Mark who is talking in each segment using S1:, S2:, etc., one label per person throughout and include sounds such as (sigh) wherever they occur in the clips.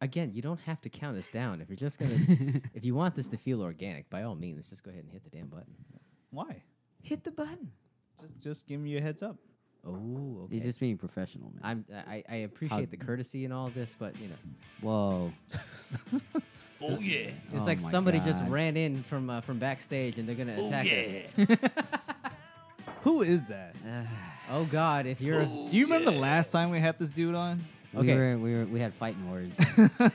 S1: again, you don't have to count us down. If you're just
S2: (laughs)
S1: gonna, if you want this to feel organic, by all means, just go ahead and hit the damn button.
S3: Why?
S1: Hit the button.
S3: Just just give me a heads up.
S1: Oh, okay.
S2: He's just being professional, man.
S1: I'm, I, I appreciate the courtesy and all this, but you know,
S2: Whoa.
S4: Oh yeah.
S1: it's
S2: Oh
S1: like
S2: my
S1: somebody just
S2: God.
S1: ran in from uh, from backstage and they're gonna
S4: Oh,
S1: attack us.
S3: Who is that?
S1: (laughs) oh God, if you're
S3: Do you remember the last time we had this dude on?
S2: We
S1: Okay.
S2: were, we were, we had fighting words.
S4: Oh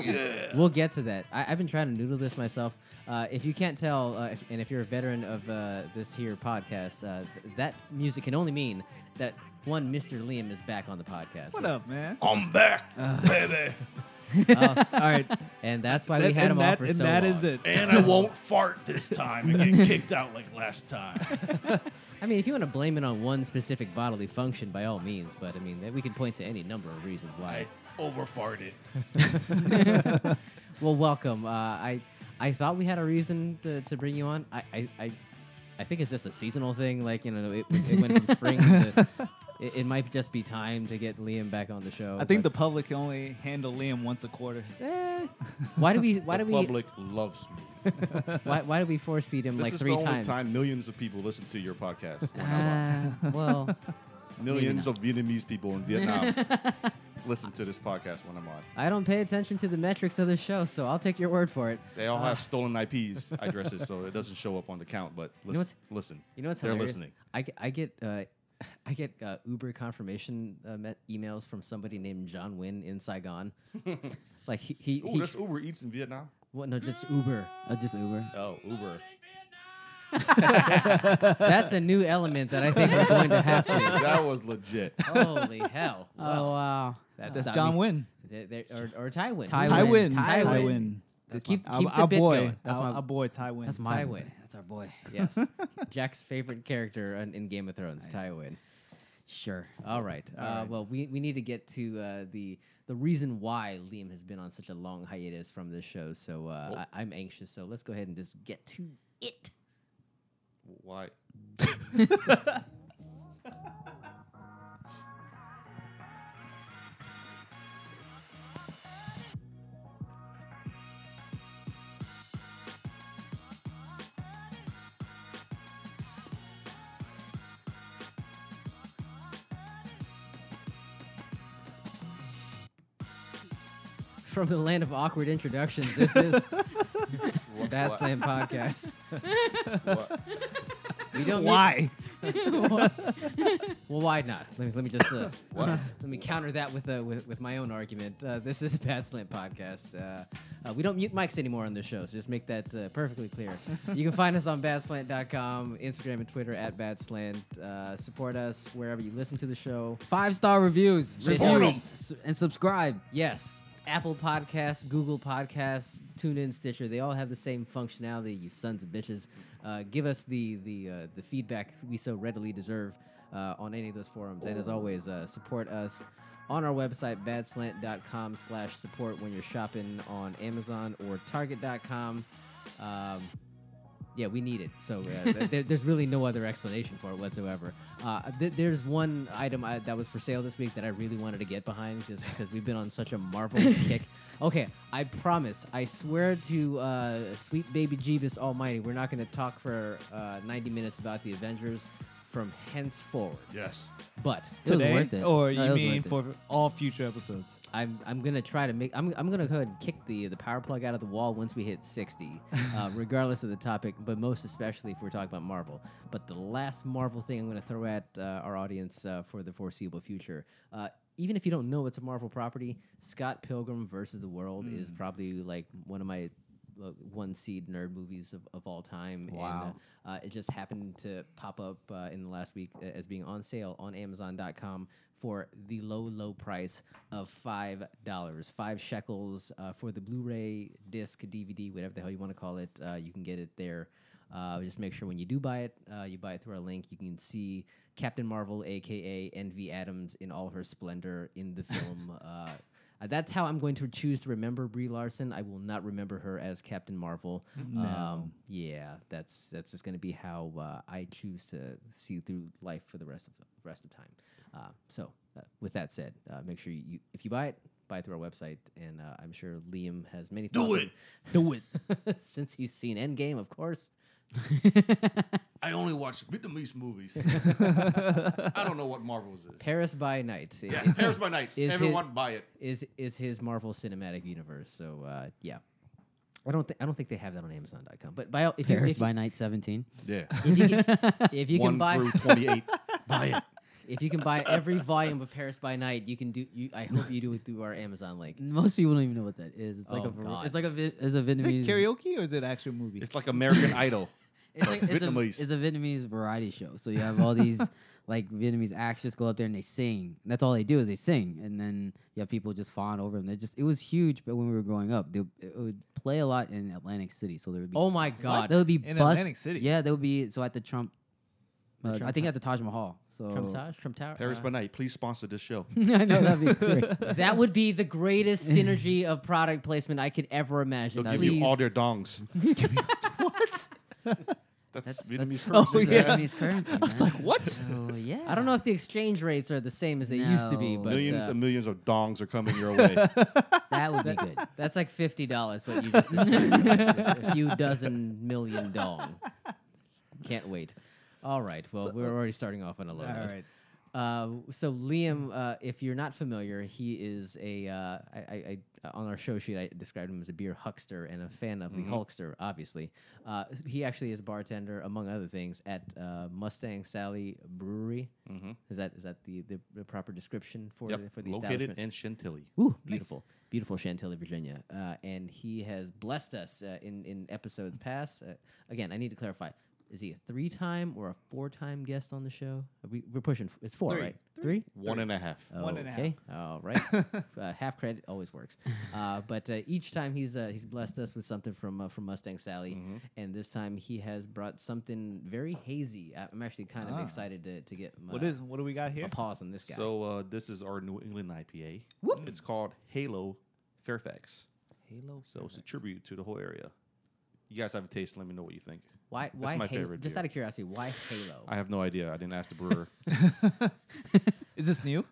S4: yeah.
S1: (laughs) We'll get to that. I, I've been trying to noodle this myself. Uh, if you can't tell, uh, if, and if you're a veteran of uh, this here podcast, uh, th- that music can only mean that one Mr. Liam is back on the podcast.
S3: What up, man?
S4: I'm back, baby,
S3: All (laughs) right.
S1: And that's why
S3: That-
S1: we had
S3: and
S1: him
S3: that,
S1: on for
S3: and
S1: so
S3: that
S1: long.
S3: is it.
S4: and I won't fart this time and get kicked out like last time.
S1: I mean, if you want to blame it on one specific bodily function, by all means. But I mean, that we can point to any number of reasons why.
S4: I over farted.
S1: Well, welcome. Uh, I I thought we had a reason to, to bring you on. I, I, I I think it's just a seasonal thing. Like you know, it, it went from spring.
S3: (laughs)
S1: to... It, it might just be time to get Liam back on the show.
S3: I think the public can only handle Liam once a quarter.
S1: the eh, why do we why do
S5: the
S1: we
S5: public loves me.
S1: why, why do we force feed him
S5: This
S1: like
S5: is
S1: three
S5: the only
S1: times?
S5: time millions of people listen to your podcast.
S1: (laughs)
S5: We're not lying.
S2: Ah,
S1: Uh,
S2: well,
S5: millions of Vietnamese people in
S1: (laughs)
S5: Vietnam listen to this podcast when I'm on.
S1: I don't pay attention to the metrics of the show, so I'll take your word for it.
S5: They all
S1: Ah.
S5: have stolen IPs
S1: (laughs)
S5: addresses, so it doesn't show up on the count. But listen,
S1: know what's-
S5: listen.
S1: You know what's
S5: they're
S1: hilarious?
S5: listening.
S1: I, g- I get uh, (laughs) I get uh, Uber confirmation uh, me- emails from somebody named John Wynn in
S5: (laughs)
S1: Saigon. like he he,
S5: Oh,
S1: he-
S5: that's Uber Eats in Vietnam.
S1: well, no just Uber.
S2: oh, just Uber.
S5: Oh, Uber.
S1: That's a new element that I think we're going to have
S5: (laughs)
S1: to.
S5: (laughs) that was legit.
S1: Holy hell!
S2: Oh
S1: Wow.
S2: wow.
S1: that's,
S3: That's John Wynn.
S1: They- they- or, or Tywin.
S2: Tywin.
S3: Tywin.
S2: Tywin.
S3: Tywin.
S1: That's keep
S3: Our-
S1: keep the
S3: our
S1: bit
S3: boy.
S1: going.
S3: That's
S2: That's
S3: my,
S2: my-
S3: our boy Tywin.
S2: That's my
S1: Tywin.
S2: boy. That's our boy.
S1: (laughs) Yes, Jack's favorite character in, in Game of Thrones, Tywin.
S2: Sure.
S1: All right. uh, Well, we, we need to get to uh, the the reason why Liam has been on such a long hiatus from this show. So uh, I, I'm anxious. So let's go ahead and just get to it.
S5: Why?
S1: From the land of awkward introductions, this (laughs) is Bad
S5: Why?
S1: Slam (laughs) Podcast.
S5: Why?
S1: We don't need-
S3: Why?
S1: Well, why not? Let me let me just uh,
S5: What?
S1: let me counter that with uh, with, with my own argument. Uh, this is a Pat Slant podcast. Uh, uh, we don't mute mics anymore on this show, so just make that uh, perfectly clear. you can find us on badslant.com, Instagram and Twitter at badslant. Uh, support us wherever you listen to the show.
S2: Five star reviews.
S1: Support
S2: reviews, s- and subscribe.
S1: Yes, Apple Podcasts, Google Podcasts, TuneIn, Stitcher, they all have the same functionality. You sons of bitches, uh, give us the the uh, the feedback we so readily deserve uh, on any of those forums. And as always, uh, support us on our website badslant.com slash support when you're shopping on Amazon or Target.com. Um, yeah, we need it. So
S3: (laughs)
S1: uh, th- there, there's really no other explanation for it whatsoever. Uh, th- there's one item I, that was for sale this week that I really wanted to get behind just because we've been on such a
S3: (laughs)
S1: Marvel kick. Okay, I promise. I swear to uh, sweet baby Jeebus Almighty, we're not going to talk for uh, 90 minutes about the Avengers from henceforward.
S5: Yes.
S1: But
S2: It was
S3: Today?
S2: worth it.
S3: Or
S2: No, it
S3: you
S2: was
S3: mean
S2: worth it.
S3: for all future episodes?
S1: I'm I'm gonna try to make I'm I'm gonna go ahead and kick the the power plug out of the wall once we hit 60, uh, regardless of the topic, but most especially if we're talking about Marvel. But the last Marvel thing I'm gonna throw at uh, our audience uh, for the foreseeable future. Uh, even if you don't know it's a Marvel property, Scott Pilgrim versus the World is probably like one of my uh, one seed nerd movies of, of all time. And,
S2: Wow.
S1: uh, uh, it just happened to pop up uh, in the last week a- as being on sale on Amazon.com for the low, low price of five dollars, five shekels uh, for the Blu-ray disc, DVD, whatever the hell you want to call it. Uh, you can get it there. Uh, just make sure when you do buy it, uh, you buy it through our link. You can see Captain Marvel, aka Envy Adams, in all her splendor in the film. (laughs) Uh, uh, that's how I'm going to choose to remember Brie Larson. I will not remember her as Captain Marvel. Um, yeah, that's that's just going to be how uh, I choose to see through life for the rest of the rest of time. Uh, so, uh, with that said, uh, make sure you if you buy it, buy it through our website, and uh, I'm sure Liam has many
S4: Do
S1: thoughts
S4: it.
S3: Do it.
S1: on- (laughs) since he's seen Endgame, of course.
S4: I only watch Vietnamese movies.
S5: I don't know what Marvel's is.
S1: Paris by Night i-
S5: Yes, Paris by Night.
S1: Is
S5: Everyone
S1: his-
S5: buy it.
S1: (laughs) is is his Marvel Cinematic Universe. So uh, yeah, I don't think I don't think they have that on Amazon.com. But by all, if you,
S2: Paris
S1: if, you-
S2: by Night 17.
S5: Yeah.
S1: if you
S2: (laughs)
S1: can, if you
S5: One
S1: can buy (laughs)
S5: through twenty-eight. buy it.
S1: if you can buy every volume of Paris by Night, you can do. You, I hope you do it through our Amazon link.
S2: Most people don't even know what that is. It's like
S1: Oh,
S2: a var-
S1: God.
S2: it's like a vi- it's a
S3: Is it
S2: Vietnamese
S3: karaoke or is it actual movie?
S5: It's like American Idol.
S2: It's like it's a,
S5: Vietnamese.
S2: it's a Vietnamese variety show. So you have all (laughs) these like Vietnamese actors go up there and they sing. That's all they do is they sing, and then you have people just fawn over them. They just it was huge, but when we were growing up, they, it would play a lot in Atlantic City. So there would be
S1: Oh my God!
S2: there would be
S3: In
S2: bus-
S3: Atlantic City?
S2: Yeah, there would be so at the Trump, uh,
S1: Trump
S2: I think
S1: Tower?
S2: at the Taj Mahal. So (laughs)
S1: Trump Tower, Trump Tower.
S5: Paris
S1: uh,
S5: by Night. Please sponsor this show.
S2: I
S1: (laughs)
S2: know that'd be great.
S1: that would be the
S2: (laughs)
S1: greatest synergy of product placement I could ever imagine.
S5: They'll give you all
S1: Please. (laughs)
S5: their dongs. what? That's,
S2: That's- (laughs)
S5: Vietnamese
S2: that's-
S5: currency. (laughs)
S3: Oh,
S2: It's a
S3: yeah.
S2: Vietnamese currency. (laughs) I was like,
S3: what?
S1: Oh,
S2: So yeah,
S1: I don't know if the exchange rates are the same as they used to be,
S2: No.
S1: but
S5: millions
S1: uh,
S5: and millions of dongs are coming your way.
S2: That (laughs) would be good.
S1: That's like fifty dollars, but you just described it as a few dozen million dong. Can't wait. All right. Well, we're already starting off on a low
S3: All
S1: note.
S3: right.
S1: Uh, so Liam, uh, if you're not familiar, he is a uh, I, I, I, on our show sheet I described him as a beer huckster and a fan of the Hulkster. Obviously, uh, he actually is a bartender among other things at uh, Mustang Sally Brewery. Mm-hmm. Is that is that the, the, the proper description for
S5: (laughs) yep.
S1: the, for the
S5: Located
S1: establishment?
S5: in Chantilly.
S1: Ooh, beautiful, beautiful Chantilly, Virginia. Uh, and he has blessed us uh, in in episodes past. Uh, again, I need to clarify: is he a three time or a four time guest on the show? Are we, we're pushing. f- It's four,
S3: Three.
S1: right? Three.
S5: One and a half.
S3: One and a half.
S1: okay. All
S3: (laughs)
S1: right. uh, half credit always works. Uh, but uh, each time he's uh, he's blessed us with something from uh, from Mustang Sally,
S3: Mm-hmm.
S1: and this time he has brought something very hazy. I- I'm actually kind of
S3: Ah.
S1: excited to to get my,
S3: What is? What do we got
S1: a
S3: here?
S1: pause on this guy.
S5: So uh, this is our New England IPA. It's called Halo Fairfax.
S3: Halo.
S5: So it's a tribute to the whole area. You guys have a taste. Let me know what you think.
S1: why why
S5: my
S1: Halo?
S5: favorite
S1: Just
S5: beer.
S1: out of curiosity, why Halo?
S5: I have no idea. I didn't ask the
S1: (laughs)
S5: brewer.
S3: Is this new?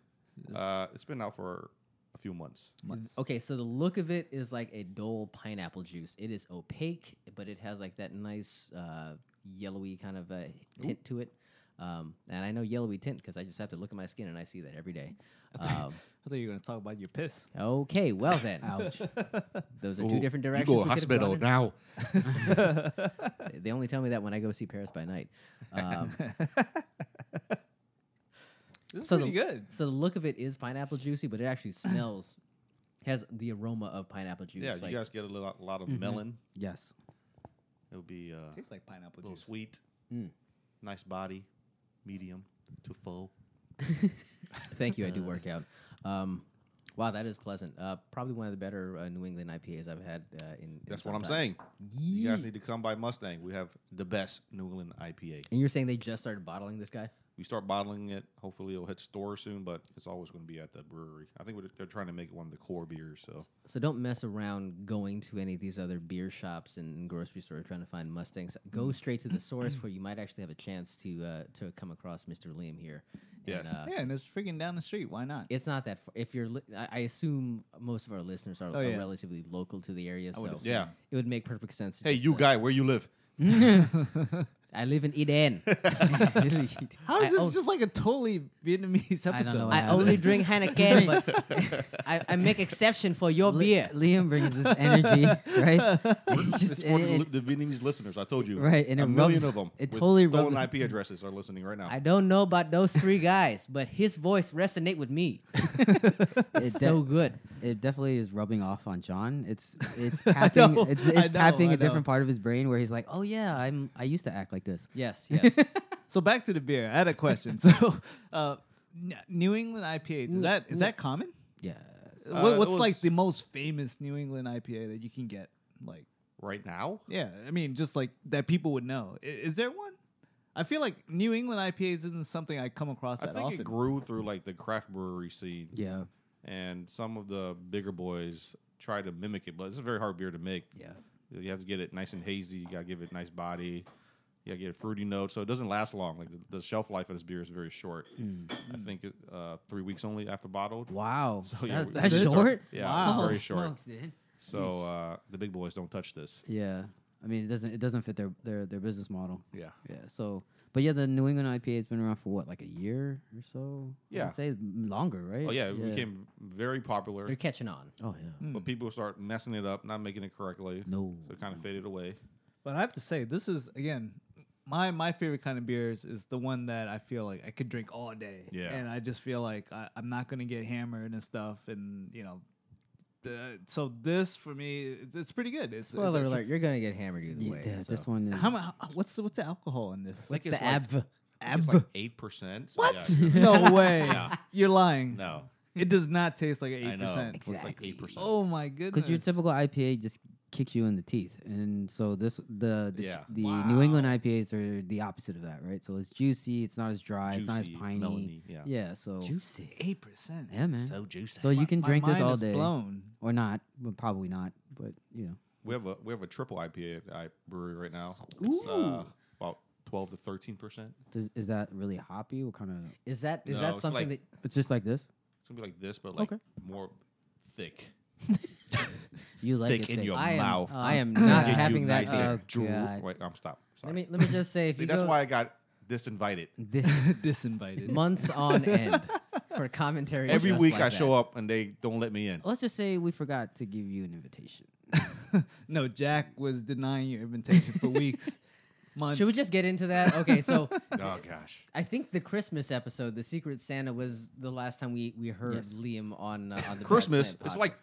S5: uh, it's been out for a few months.
S1: Okay, so the look of it is like a dull pineapple juice. It is opaque, but it has like that nice uh, yellowy kind of uh, tint to it. Um, and I know yellowy tint because I just have to look at my skin and I see that every day. Um,
S3: I thought you were gonna talk about your piss.
S1: okay, well then,
S2: Ouch.
S1: (laughs) those are two different directions.
S5: You go
S1: we
S5: to
S1: could have
S5: hospital
S1: gone in.
S5: now.
S1: (laughs)
S5: (laughs)
S1: They only tell me that when I go see Paris by Night. Um,
S3: This is
S1: So
S3: pretty
S1: the-
S3: good.
S1: so the look of it is pineapple juicy, but it actually smells has the aroma of pineapple juice.
S5: Yeah,
S1: like-
S5: you guys get a lot, lot of melon.
S2: Mm-hmm. Yes.
S5: It'll be uh,
S3: Tastes like pineapple
S5: a little
S3: juice.
S5: sweet,
S1: Mm.
S5: nice body, medium to full.
S1: Thank you. I do
S5: (laughs)
S1: work out. Um, wow, that is pleasant. Uh, probably one of the better uh, New England IPAs I've had. Uh, in, in
S5: That's
S1: some
S5: what I'm
S1: time.
S5: saying. You guys need to come by Mustang. We have the best New England IPA.
S1: And you're saying they just started bottling this guy?
S5: We start bottling it. Hopefully, it'll hit stores soon, but it's always going to be at the brewery. I think we're, they're trying to make it one of the core beers. So
S1: So don't mess around going to any of these other beer shops and grocery stores trying to find Mustangs. Go straight to the source where you might actually have a chance to uh, to come across Mr. Liam here.
S5: Yes.
S1: And, uh,
S3: Yeah, and it's freaking down the street. Why not?
S1: It's not that far. If you're, li- I I assume most of our listeners are,
S3: Oh,
S1: are
S3: yeah.
S1: relatively local to the area, so
S5: assume. Yeah.
S1: it would make perfect sense. to
S5: hey,
S1: just,
S5: you
S1: uh,
S5: guy, where you live?
S1: I live in Eden.
S3: How is
S1: I
S3: this
S1: own-
S3: just like a totally Vietnamese episode?
S2: I don't know what
S1: I only (laughs)
S2: happened.
S1: drink Heineken, but (laughs) I, I make exception for your
S2: Li-
S1: beer.
S2: Liam brings this energy,
S1: (laughs)
S2: (laughs) right? It's
S5: It's
S2: just
S5: for the,
S2: and-
S5: li- the Vietnamese listeners. I told you,
S2: Eh. Right, and
S5: a
S2: it
S5: million
S2: rubs-
S5: of them.
S2: it
S5: with
S2: totally
S5: stolen
S2: rubs-
S5: IP addresses are listening right now.
S1: I don't know about those three guys, but his voice resonate with me.
S2: it
S1: It's so
S2: de-
S1: good.
S2: it definitely is rubbing off on John. It's it's tapping
S3: know,
S2: it's,
S3: I
S2: it's
S3: know,
S2: tapping
S3: I
S2: a different
S3: know.
S2: part of his brain where he's like, oh yeah, I'm I used to act like this.
S1: Yes, yes.
S3: So back to the beer. I had
S5: (laughs)
S3: a question. so, uh, N- New England IPAs is that is that common?
S2: Yes.
S3: What-
S5: uh, it
S3: what's like
S5: was-
S3: the most famous New England IPA that you can get? Like,
S5: right now,
S3: yeah, I mean, just like that people would know. I- Is, there one? I feel like New England IPAs isn't something I come across
S5: I
S3: that
S5: think
S3: often.
S5: it grew through like the craft brewery scene.
S2: Yeah.
S5: and some of the bigger boys try to mimic it, but it's a very hard beer to make.
S2: Yeah.
S5: You have to get it nice and hazy. You gotta give it nice body. Yeah, get a fruity note, so it doesn't last long. Like the, the shelf life of this beer is very short. I think it, uh, three weeks only after bottled.
S2: Hmm. Wow.
S5: So, (laughs) yeah,
S2: Oh, That-
S5: we-
S2: that's
S5: it's
S2: short. Oh,
S5: our- yeah,
S3: Wow.
S5: it's very short.
S2: Smokes, dude.
S5: So uh, the big boys don't touch this.
S2: Yeah. I mean, it doesn't it doesn't fit their their, their business model.
S5: Yeah.
S2: Yeah. So, but yeah, the New England IPA has been around for what, like a year or so? I
S5: Yeah.
S2: would say longer, right?
S5: Oh yeah, it became very popular,
S1: They're catching on.
S2: Oh yeah.
S5: but people start messing it up, not making it correctly.
S2: No.
S5: So it kind of faded away.
S3: But I have to say, this is again my my favorite kind of beers is the one that I feel like I could drink all day.
S5: Yeah.
S3: And I just feel like I, I'm not gonna get hammered and stuff, and you know. The, so this for me, it's, it's pretty good. It's,
S1: Well,
S3: it's
S1: they're
S3: actually-
S1: like, you're gonna get hammered either
S2: Yeah,
S1: way.
S2: yeah,
S1: so.
S2: this one is.
S3: How, mu- how What's the, what's the alcohol in this?
S1: What's
S5: it's
S1: the
S5: like-
S1: ab?
S5: I think It's like
S1: (laughs)
S5: eight percent.
S3: What?
S2: (laughs)
S3: no way.
S5: Yeah.
S3: You're lying.
S5: No,
S3: It does not taste like
S5: I
S3: eight
S5: know.
S3: percent.
S5: It's like eight percent.
S3: Oh my goodness.
S2: Because your typical IPA just kicks you in the teeth, and so this the the,
S5: Yeah.
S2: the New England IPAs are the opposite of that, right? So it's juicy, it's not as dry, it's not as
S5: Juicy,
S2: piney.
S5: melony, yeah.
S2: So
S1: Juicy.
S3: eight percent.
S2: yeah, man. So,
S4: So juicy.
S2: you can drink
S3: my
S2: this
S3: mind
S2: all
S3: is
S2: day, (laughs)
S3: Blown. (laughs)
S2: or not, but probably not. But you know,
S5: we have a we have a triple IPA at I brewery right now. It's, uh, about twelve to thirteen percent.
S2: does, is that really hoppy? What kind of?
S1: Is that is
S5: No,
S1: that
S5: it's
S1: something
S5: like-
S1: that
S2: It's just like this.
S5: It's gonna be like this, but like
S2: Okay.
S5: more thick.
S2: You like
S5: Thick
S2: it
S5: in
S2: thick.
S5: your
S1: I am?
S5: mouth.
S1: I
S5: (laughs)
S1: am
S5: It'll
S1: not
S5: get you
S1: having that.
S5: nice
S1: uh,
S5: and drool-
S2: God.
S5: Wait, I'm stop. Sorry.
S1: let me let me just say, if
S5: See,
S1: you
S5: that's
S1: go
S5: why I got disinvited.
S2: this.
S3: Disinvited.
S1: months on end
S2: (laughs)
S1: for commentary,
S5: Every
S1: just
S5: week
S1: like
S5: I
S1: that.
S5: show up and they don't let me in.
S2: Let's just say we forgot to give you an invitation.
S3: no, Jack was denying your invitation
S1: (laughs)
S3: for weeks, months.
S1: Should we just get into that? Okay, so (laughs)
S5: oh gosh.
S1: I think the Christmas episode, the Secret Santa, was the last time we we heard
S2: Yes.
S1: Liam on uh, on the Bad
S5: Christmas.
S1: Slant
S5: It's
S1: podcast.
S5: like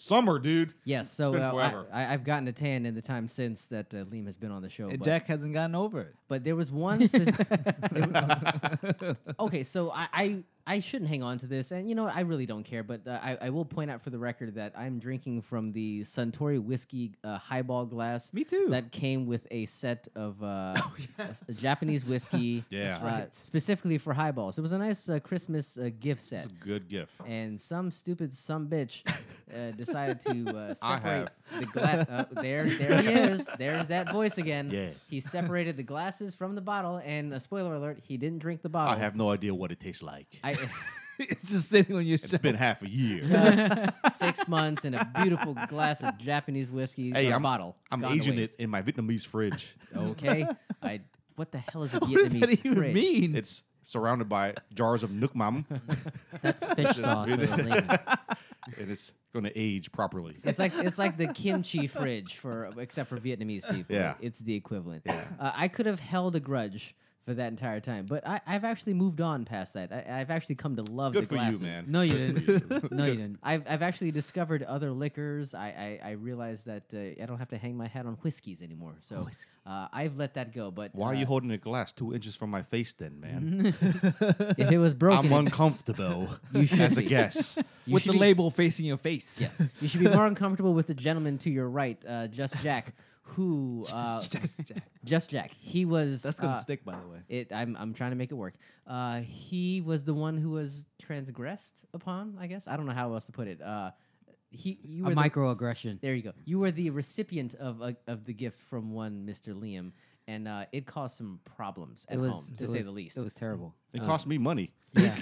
S5: summer, dude.
S1: yes. So
S5: been
S1: uh,
S5: forever.
S1: I, I, I've gotten a tan in the time since that uh, Liam has been on the show.
S3: And
S1: but-
S3: Jack hasn't gotten over
S1: (laughs)
S3: it. (laughs)
S1: But there was one. Spe- there wa- okay, so I, I I shouldn't hang on to this, and you know I really don't care. But uh, I I will point out for the record that I'm drinking from the Suntory whiskey uh, highball glass.
S3: Me too. Oh,
S1: That came with a set of
S3: (laughs)
S1: uh, s- Japanese whiskey.
S5: Yeah. That's
S1: uh,
S5: right.
S1: specifically for highballs. It was a nice uh, Christmas uh, gift
S5: It's
S1: set.
S5: a good gift.
S1: And some stupid some bitch
S5: (laughs)
S1: uh, decided to uh,
S5: I
S1: separate the glass. Uh, there, there he is. There's that voice again.
S5: Yeah.
S1: He separated the glasses from the bottle, and uh, spoiler alert, he didn't drink the bottle.
S5: I have no idea what it tastes like.
S1: I,
S5: (laughs)
S3: it's just sitting on your
S5: It's
S3: shelf.
S5: been half a year.
S1: (laughs) six months in a beautiful glass of Japanese whiskey.
S5: Hey,
S1: or
S5: I'm-
S1: bottle.
S5: I'm
S1: gone to
S5: aging it
S1: waste.
S5: in my Vietnamese
S1: (laughs)
S5: fridge.
S1: Okay. I. What the hell is
S5: (laughs)
S1: a
S3: What
S1: Vietnamese
S3: does that even
S1: fridge?
S3: mean?
S5: It's surrounded by jars of Nook Mam,
S2: That's
S5: (laughs)
S2: fish sauce. for the lady.
S5: and it's going to age properly.
S1: It's like it's like the kimchi fridge for except for Vietnamese people.
S5: Yeah.
S1: it's the equivalent. Uh, I could have held a grudge for that entire time, but I, I've actually moved on past that. I, I've actually come to love
S5: Good
S1: the
S5: for
S1: glasses.
S5: you, man.
S2: No, you
S5: Good for
S2: didn't. No, you didn't.
S1: I've, I've actually discovered other liquors. I, I, I realized that uh, I don't have to hang my hat on whiskeys anymore.
S3: Oh,
S1: So uh, I've let that go. But
S5: Why are
S1: uh,
S5: you holding a glass two inches from my face,
S1: (laughs)
S5: then, man?
S1: if
S5: (laughs)
S1: it was broken,
S5: I'm uncomfortable
S1: (laughs) you should
S5: as a
S1: be. (laughs)
S5: guest.
S1: you
S3: with
S1: should
S3: the
S1: be-
S3: label facing your face.
S1: (laughs) Yes, you should be more uncomfortable with the gentleman to your right, uh, Just Jack, who uh,
S3: (laughs) Just Jack.
S1: Just Jack. He was
S3: (laughs) That's gonna
S1: uh,
S3: stick, by the way.
S1: It, I'm, I'm trying to make it work. Uh, he was the one who was transgressed upon, I guess. I don't know how else to put it. Uh, he, you were
S2: A
S1: the-
S2: microaggression.
S1: there you go. You were the recipient of a, of the gift from one Mister Liam, and uh, it caused some problems at
S2: It was
S1: home, to
S2: it
S1: say
S2: was-
S1: the least. (laughs)
S2: It was terrible.
S1: Uh,
S5: It cost me money.
S2: Yeah.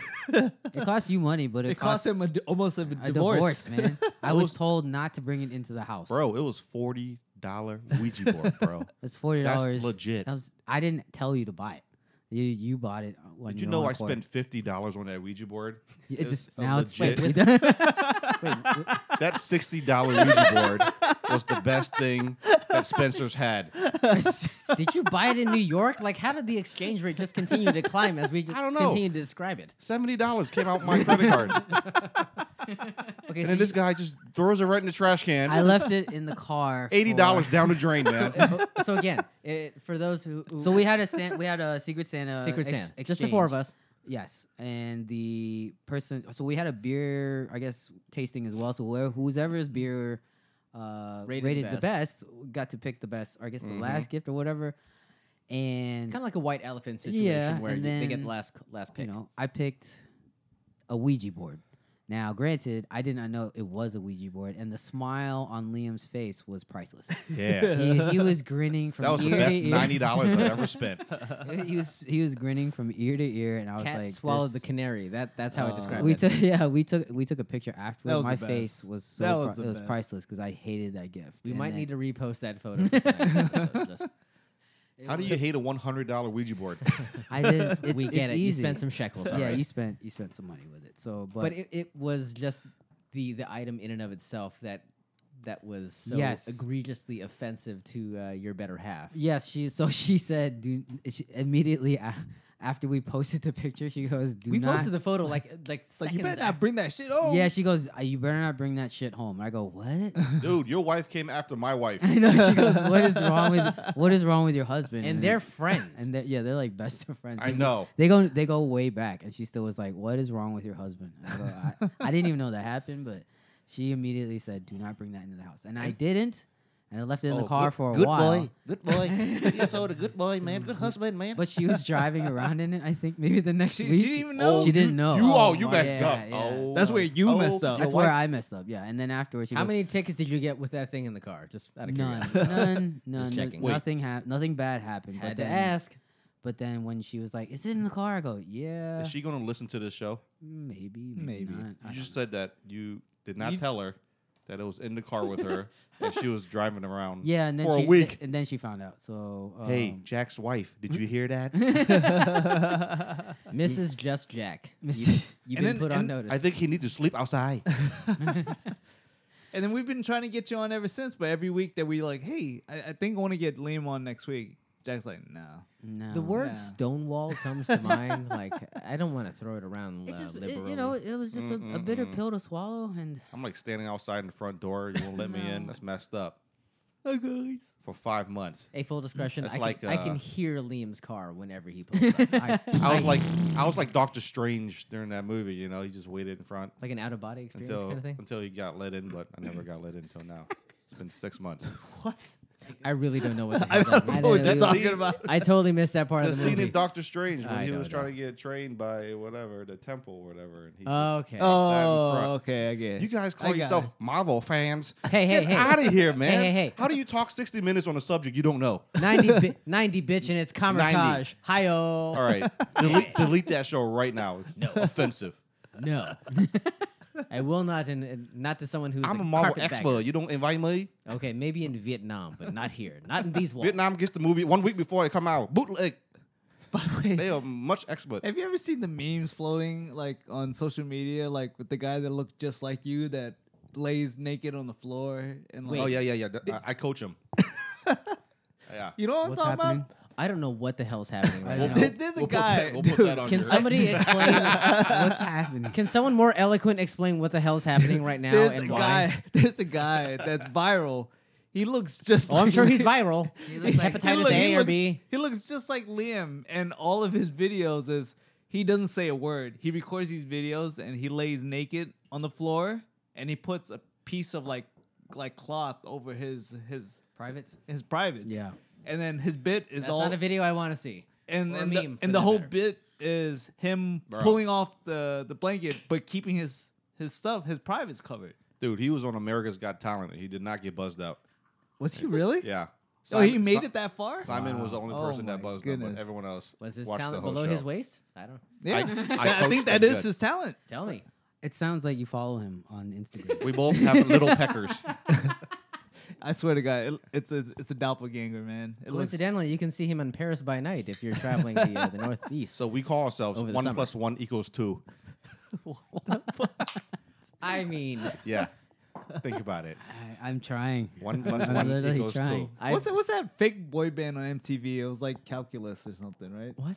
S2: it cost you money, but it,
S3: It
S2: cost,
S3: cost him a d almost a,
S2: a
S3: divorce.
S5: (laughs)
S2: divorce, man. I was told not to bring it into the house.
S5: Bro, it was $40 Ouija board,
S1: (laughs)
S5: bro.
S2: It's forty dollars.
S5: legit.
S2: I, was, I didn't tell you to buy it. You you bought it. On
S5: Did
S2: your
S5: you know
S2: own
S5: I
S2: accord.
S5: spent $50 on that Ouija
S1: (laughs)
S5: board?
S2: It just
S5: a
S2: now it's
S5: legit-
S2: wait,
S5: (laughs) That sixty dollar Ouija
S1: (laughs)
S5: board was the best thing that Spencer's had.
S1: did you buy it in New York? Like, how did the exchange rate just continue to climb
S2: (laughs)
S1: as we just
S5: I don't know.
S1: continue to describe it?
S5: Seventy dollars came out my
S1: (laughs)
S5: credit card, and
S1: Okay, so
S5: then this
S1: you,
S5: guy just throws it right in the trash can.
S2: I left it in the car.
S5: Eighty dollars down the drain,
S2: (laughs)
S5: man.
S1: uh, so again, (laughs) it, for those who, who
S2: for- So we had a San, we had a Secret Santa
S1: Secret
S2: ex-
S1: Santa, just the four of
S2: exchange.
S1: us.
S2: Yes, and the person. So we had a beer, I guess, tasting as well. So whoever, whoever's beer uh,
S1: Rated
S2: rated,
S1: the
S2: the best got to pick the best, or I guess,
S5: Mm-hmm.
S2: the last gift or whatever. And
S1: Kind of like a white elephant situation
S2: Yeah,
S1: where
S2: and
S1: you- they get
S2: then,
S1: the last last
S2: you
S1: pick.
S2: know, I picked a Ouija board, Now, granted, I did not know it was a Ouija board, and the smile on Liam's face was priceless.
S5: Yeah.
S2: he, he was grinning from
S5: that was the
S2: ear
S5: best
S2: to ear.
S5: ninety dollars I've ever spent.
S2: (laughs) he was he was grinning from ear to ear, and I was
S1: Cat
S2: like,
S1: swallowed
S2: this-
S1: the canary. That that's how I
S3: Uh,
S1: described
S2: Um, We
S1: that (laughs)
S2: took
S1: face.
S2: (laughs) yeah, we took we took a picture afterward.
S3: was
S2: My
S3: the best.
S2: face was so
S3: That was
S2: pri-
S3: the
S2: it was
S3: best.
S2: priceless because I hated that gift.
S1: We
S2: And
S1: might
S2: then-
S1: need to repost (laughs) that photo. for tonight's episode,
S2: (laughs)
S1: just-
S2: it
S5: How do
S2: was-
S5: you hate a one hundred dollar Ouija board?
S1: (laughs)
S2: I did. It's,
S1: we
S2: it's
S1: get it.
S2: Easy.
S1: You spent some shekels.
S2: yeah,
S1: alright.
S2: you spent you spent some money with it. So, but,
S1: but it, it was just the the item in and of itself that that was so
S2: Yes.
S1: egregiously offensive to uh, your better half.
S2: yes, she (laughs) so she said do she, immediately a- after we posted the picture. She goes, "Do
S1: we
S2: not."
S1: posted the Oh. photo like like
S3: Like,
S1: seconds.
S3: you better
S1: after.
S3: not bring that shit over.
S2: yeah, she goes, "Uh, "You better not bring that shit home." And I go,
S1: (laughs)
S2: "What?" (laughs)
S5: Dude, your wife came after my wife.
S2: I know. She goes, "What is
S1: (laughs)
S2: wrong with what is wrong with your husband?"
S1: and they're
S2: friends.
S1: friends.
S2: and they're, yeah, they're like best of friends.
S5: I
S2: They-
S5: know.
S2: They go they go way back, and she still was like, "What is wrong with your husband?" I, go, I, I didn't even know that happened, but she immediately said, "Do not bring that into the house," and I didn't, and I left it in the
S6: Oh,
S2: car
S6: good-
S2: for a
S6: good
S2: while.
S6: Boy. Good boy. Good your
S2: (laughs)
S6: soda. Good boy, man. Good husband, man.
S2: But she was driving around in it. I think maybe the
S3: (laughs)
S2: next
S3: She- she
S2: week.
S3: didn't even know?
S2: She didn't know.
S5: You
S3: all-
S5: oh, you
S3: my-
S5: messed
S2: yeah,
S5: up.
S2: yeah.
S5: Oh,
S3: That's where you messed
S5: oh,
S3: up.
S2: That's where I messed up. Yeah, and then afterwards, she
S1: How
S2: goes,
S1: many tickets did you get with that thing in the car? Just out of
S2: None,
S1: curiosity.
S2: none, none. no-
S1: checking. Wait.
S2: Nothing happened. Nothing bad happened.
S1: Had
S2: but
S1: to
S2: then,
S1: ask.
S2: But then when she was like, "Is it in the car?" I go, "Yeah,
S5: Is she gonna listen to this show?
S2: maybe, maybe,
S3: Maybe.
S2: not." I
S5: You
S2: don't
S5: just
S2: know.
S5: said that you did not
S3: You-
S5: tell her that it was in the car with
S2: (laughs)
S5: her and she was driving around
S2: yeah, and then
S5: for
S2: she,
S5: a week.
S2: and then she found out. So um,
S5: hey, Jack's wife, did
S2: (laughs)
S5: you hear that?
S1: Mrs. Just
S2: (laughs)
S1: Jack. You,
S2: Mrs.
S1: you've
S3: And
S1: been
S3: then-
S1: put on
S3: and
S1: notice.
S5: I think he needs to sleep outside.
S3: (laughs) And then we've been trying to get you on ever since. But every week that we like, hey, I, I think I want to get Liam on next week. Jack's like, no.
S2: no.
S1: the word
S3: Yeah.
S1: Stonewall comes to mind. Like I don't want to throw it around
S2: It
S1: uh,
S2: just, it-
S1: liberally.
S2: you
S1: (laughs)
S2: know, it was just a, a bitter
S5: Mm-mm-mm.
S2: pill to swallow, and
S5: I'm like standing outside in the front door. You won't let me
S1: (laughs)
S5: in. That's messed up.
S3: Oh, guys.
S5: For five months,
S1: a
S2: Mm.
S1: full discretion. I
S5: That's
S1: can,
S5: like,
S1: I can
S5: uh,
S1: hear Liam's car whenever he
S2: (laughs)
S1: pulls up. I,
S5: I was like, I was like Doctor Strange during that movie. You know, he just waited in front
S1: like an out of body experience
S5: until
S1: kind of thing.
S5: until he got let in, but I never got let in until now. It's been six
S1: (laughs)
S5: months.
S1: I really don't know what
S2: (laughs)
S1: the
S3: I
S1: hell that
S3: don't
S1: means.
S3: know what
S2: I
S3: you're
S2: didn't-
S3: talking about.
S1: I totally missed that part
S5: the
S1: of the
S5: scene
S1: movie.
S5: in Doctor Strange when
S1: I
S5: he was
S1: don't know.
S5: trying to get trained by whatever the temple or whatever, and he. just-
S1: okay.
S2: Uh,
S3: Oh,
S5: front.
S3: okay. I get it.
S5: you guys call
S3: got
S5: yourself
S3: it. (laughs)
S5: Marvel fans?
S1: (laughs) Hey, hey,
S5: Get
S1: hey.
S5: out of here, man!
S1: hey, hey.
S5: How do you talk sixty minutes on a subject you don't know?
S1: 90, bi- 90 bitch and it's Kamertage. Hi-oh.
S5: All
S1: (laughs)
S5: right, delete, delete that show right now. It's offensive.
S1: No. I will not, and- and not to someone who's
S5: I'm
S1: a
S5: a Marvel
S1: carpetbagger.
S5: expert. You don't invite me.
S1: Okay, maybe in Vietnam, but not here. Not in these walls.
S5: Vietnam gets the movie one week before it come out. Bootleg.
S3: By the way,
S5: They are much expert.
S3: Have you ever seen the memes floating like on social media, like with the guy that looked just like you that lays naked on the floor and like,
S5: Oh yeah, yeah, yeah. Th- I, I coach (laughs) them. yeah.
S3: you know what I'm
S2: what's
S3: talking
S2: happening?
S3: about?
S1: I don't know what the hell's happening right
S2: Well,
S1: now.
S3: There- there's a
S5: We'll put
S3: guy.
S5: that- we'll put that
S3: dude,
S5: on
S1: Can
S5: your-
S2: (laughs)
S1: somebody explain?
S2: what's happening?
S1: Can someone more eloquent explain what the hell's happening right now
S3: There's a
S1: and why?
S3: guy. (laughs) There's a guy that's viral. He looks just.
S1: Oh, I'm
S3: like
S1: sure he's
S3: Liam.
S1: (laughs) viral.
S2: He looks like-
S3: He
S1: Hepatitis
S3: look- he
S1: A or
S3: looks-
S1: B.
S3: He looks just like Liam, and all of his videos is he doesn't say a word. He records these videos and he lays naked on the floor, and he puts a piece of like like cloth over his his
S2: Privates.
S3: his privates.
S2: Yeah.
S3: And then his bit is
S1: That's
S3: all
S1: not a video I want to see.
S3: and
S1: or a meme,
S3: and the,
S1: for
S3: and the
S1: that
S3: whole
S1: matter.
S3: bit is him
S5: Bro.
S3: pulling off the the blanket but keeping his his stuff his privates covered.
S5: Dude, he was on America's Got Talent and he did not get buzzed out.
S3: Was he really?
S5: Yeah.
S3: Oh, he made it that far?
S5: Simon was the only
S3: Wow.
S5: person
S3: Oh
S5: that
S3: my
S5: buzzed out,
S3: goodness.
S5: but everyone else
S1: Was his
S5: watched the
S1: talent
S5: whole
S1: below
S5: show.
S1: his waist? I don't.
S3: (laughs) yeah.
S5: I- I
S3: think
S5: coached
S3: that
S5: him
S3: is
S5: good.
S3: his talent.
S1: Tell me.
S2: It sounds like you follow him on Instagram.
S5: We both have
S3: (laughs)
S5: little peckers.
S3: I swear to God, it, it's a it's a doppelganger, man. It
S1: (laughs)
S3: looks-
S1: Coincidentally, you can see him in Paris by night if you're traveling the,
S5: (laughs)
S1: uh, the Northeast.
S5: So we call ourselves
S1: Over the
S5: one
S1: summer.
S5: plus one equals two.
S1: I mean,
S5: Yeah. Think about it.
S2: I,
S5: (laughs)
S2: I'm trying.
S3: (laughs)
S5: One plus
S2: I'm
S5: one
S2: literally
S5: equals
S2: trying.
S5: two.
S1: I,
S3: what's that, what's that fake boy band on MTV? It was like Calculus or something, right?
S1: (laughs) What?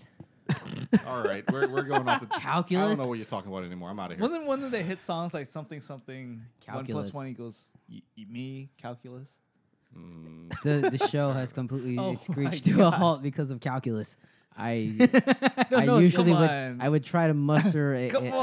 S5: All right. We're, we're going
S3: (laughs)
S5: off the I
S2: Calculus?
S5: don't know what you're talking about anymore. I'm out of here.
S3: Wasn't one of their hit songs like something something? One
S2: Calculus.
S3: plus one equals y- y- me. Calculus.
S5: Mm.
S2: The, the show has
S1: (laughs)
S2: completely
S3: Oh my
S2: screeched to a
S3: God.
S2: halt because of calculus.
S1: I
S3: I
S1: I,
S3: know,
S1: usually
S3: come
S1: would
S3: on.
S1: I would try to muster (laughs) a,
S3: Come
S1: a- a- a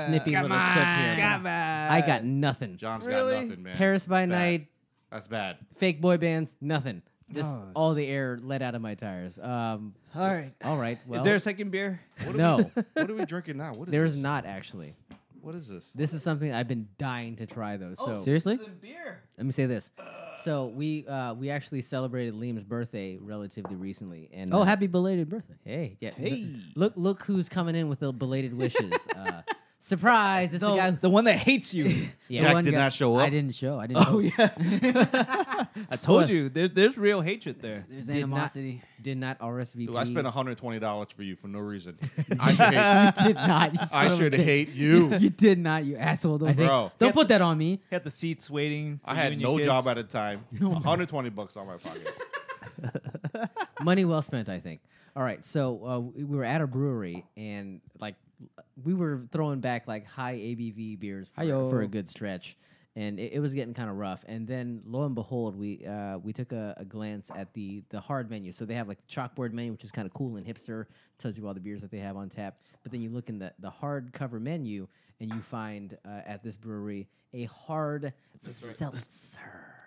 S3: on.
S1: snippy
S3: Come
S1: little clip here.
S3: Come on.
S1: I got nothing.
S5: John's
S3: Really?
S5: got nothing, man.
S1: Paris by
S5: That's bad.
S1: night,
S5: That's bad.
S1: fake boy bands, nothing. Just
S2: Oh.
S1: all the air let out of my tires. Um,
S3: All right.
S1: all right. Well,
S3: Is there a second beer?
S5: (laughs) What are
S1: no,
S5: We, what are we drinking now? What is
S1: there is
S5: this?
S1: not actually.
S5: What is this?
S1: This is something I've been dying to try though.
S2: Oh,
S1: So
S2: Seriously?
S3: beer.
S1: let me say this. So we uh, we actually celebrated Liam's birthday relatively recently, and
S2: Oh,
S1: uh,
S2: happy belated birthday.
S1: hey yeah
S3: Hey.
S1: look look who's coming in with the belated
S2: (laughs)
S1: wishes. uh, surprise! It's the guy. Who,
S3: Oh, the one that hates you.
S1: yeah,
S5: Jack
S2: one
S5: did
S2: guy-
S5: not show
S2: I
S5: up.
S2: didn't show. I didn't.
S3: oh
S2: post.
S3: yeah. I told you there's there's real hatred there.
S2: There's
S1: Did not-
S2: animosity.
S1: did not RSVP.
S5: Dude, I spent $120 for you for no reason. I should hate,
S2: (laughs) you did not. you son
S5: (laughs) I
S2: of a
S5: should
S2: bitch.
S5: hate you.
S2: (laughs) You did not. You asshole. Don't,
S1: I think-
S5: Bro.
S2: don't put that on me.
S3: Had the seats waiting. for
S5: I
S3: you
S5: had
S3: and your
S5: no
S3: kids.
S5: job at the time. 120 bucks on my pocket.
S1: money well spent, I think. All right, so uh, we were at a brewery and like we were throwing back like high ABV beers for,
S2: Hi-yo.
S1: for a good stretch, and it, it was getting kind of rough. And then lo and behold, we uh, we took a, a glance at the the hard menu. So they have like the chalkboard menu, which is kind of cool and hipster, tells you all the beers that they have on tap. But then you look in the the hard cover menu and you find uh, at this brewery a hard seltzer.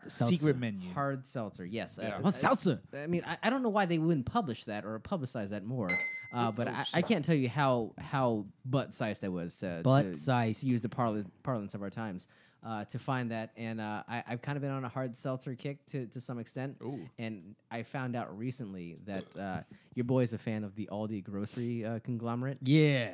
S3: Secret menu.
S1: Hard seltzer, yes. uh,
S5: Yeah.
S2: I want salsa.
S1: I mean, I, I don't know why they wouldn't publish that or publicize that more. Uh,
S2: Oh,
S1: but I, I can't tell you how how butt sized I was to, to
S2: Butt-sized.
S1: use the parlance, parlance of our times uh, to find that. And uh, I, I've kind of been on a hard seltzer kick to, to some extent. And I found out recently that uh, your boy is a fan of the Aldi grocery uh, conglomerate.
S2: Yeah.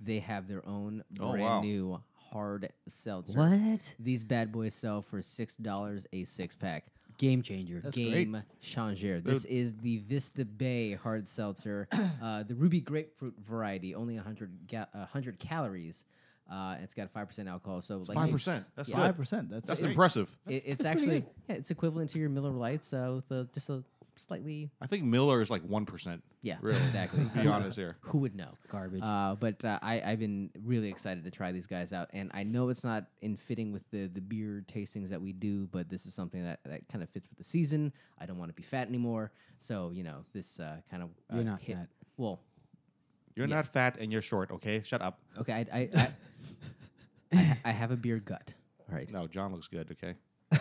S1: They have their own
S5: Oh,
S1: brand
S5: wow.
S1: new hard seltzer.
S2: What?
S1: These bad boys sell for six dollars a six pack
S2: Game changer.
S1: game changer. This is the Vista Bay hard
S5: (clears throat)
S1: seltzer, uh, the ruby grapefruit variety, only 100, ga- 100 calories. Uh, and it's got 5% alcohol. So like it-
S5: 5%. That's
S1: Yeah.
S5: good.
S3: percent. That's
S5: That's impressive.
S1: it- it's actually yeah, it's equivalent to your Miller Lights uh, with a, just a slightly
S5: I think Miller is like 1%.
S1: yeah,
S5: Really.
S1: exactly.
S5: To
S1: (laughs)
S5: be honest here.
S1: Who would know?
S2: Garbage.
S1: Uh, but uh, I, I've been really excited to try these guys out, and I know it's not in fitting with the the beer tastings that we do, but this is something that, that kind of fits with the season. I don't want to be fat anymore, so you know this uh, kind of uh,
S2: You're not
S1: hit-
S2: fat.
S1: Well,
S5: You're not fat and you're short, okay? Shut up.
S1: okay, I I,
S5: (laughs)
S1: I, I, ha- I have a beer gut. All right,
S5: No, John looks good, okay?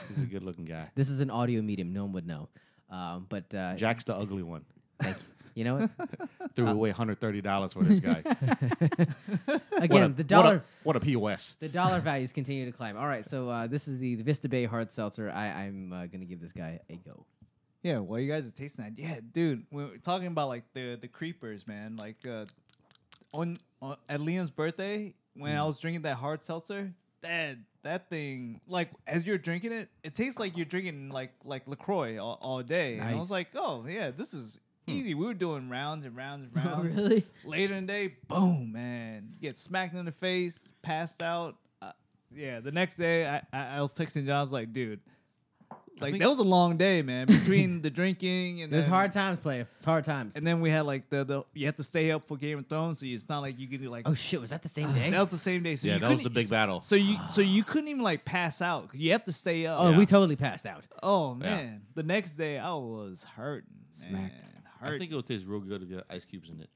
S5: He's a good looking guy.
S1: this is an audio medium; no one would know. Um, but uh,
S5: Jack's the ugly one.
S1: thank you. You know
S5: (laughs)
S1: what?
S5: Threw away $130 for this guy.
S1: Again,
S5: What a-
S1: the dollar.
S5: What a, what a POS.
S1: The dollar values continue to climb. All right, so uh, this is the, the Vista Bay Hard Seltzer. I, I'm uh, going to give this guy a go.
S3: Yeah, while you guys are tasting that, yeah, dude, we we're talking about like the the creepers, man. Like uh, on, on at Liam's birthday, when
S2: Mm.
S3: I was drinking that hard seltzer, that that thing, like as you're drinking it, it tastes like you're drinking like like Lacroix all, all day. And I was
S2: Nice. Hmm.
S3: like, oh yeah, this is easy. We were doing rounds and rounds and
S1: (laughs)
S3: rounds.
S2: (laughs) really?
S3: Later in the day, boom, man, you get smacked in the face, passed out. Uh, yeah, the next day, I, I, I was texting John, I was like, dude. Like
S5: think-
S3: that was a long day, man. Between the drinking and
S1: There's
S3: then,
S1: hard times, player. It's hard times.
S3: and then we had like the, the you have to stay up for Game of Thrones, so it's not like you could like
S1: Oh shit, was that the same day?
S3: that was the same day. So
S5: Yeah,
S3: you
S5: that was the
S3: couldn't-
S5: big battle.
S3: So you so you couldn't even like pass out. You have to stay up.
S1: Oh, we totally passed out.
S3: Oh
S5: Yeah.
S3: man, the next day I was hurting,
S2: Smacked.
S3: man,
S5: I
S3: hurt.
S5: think it'll taste real good if you have ice cubes in it.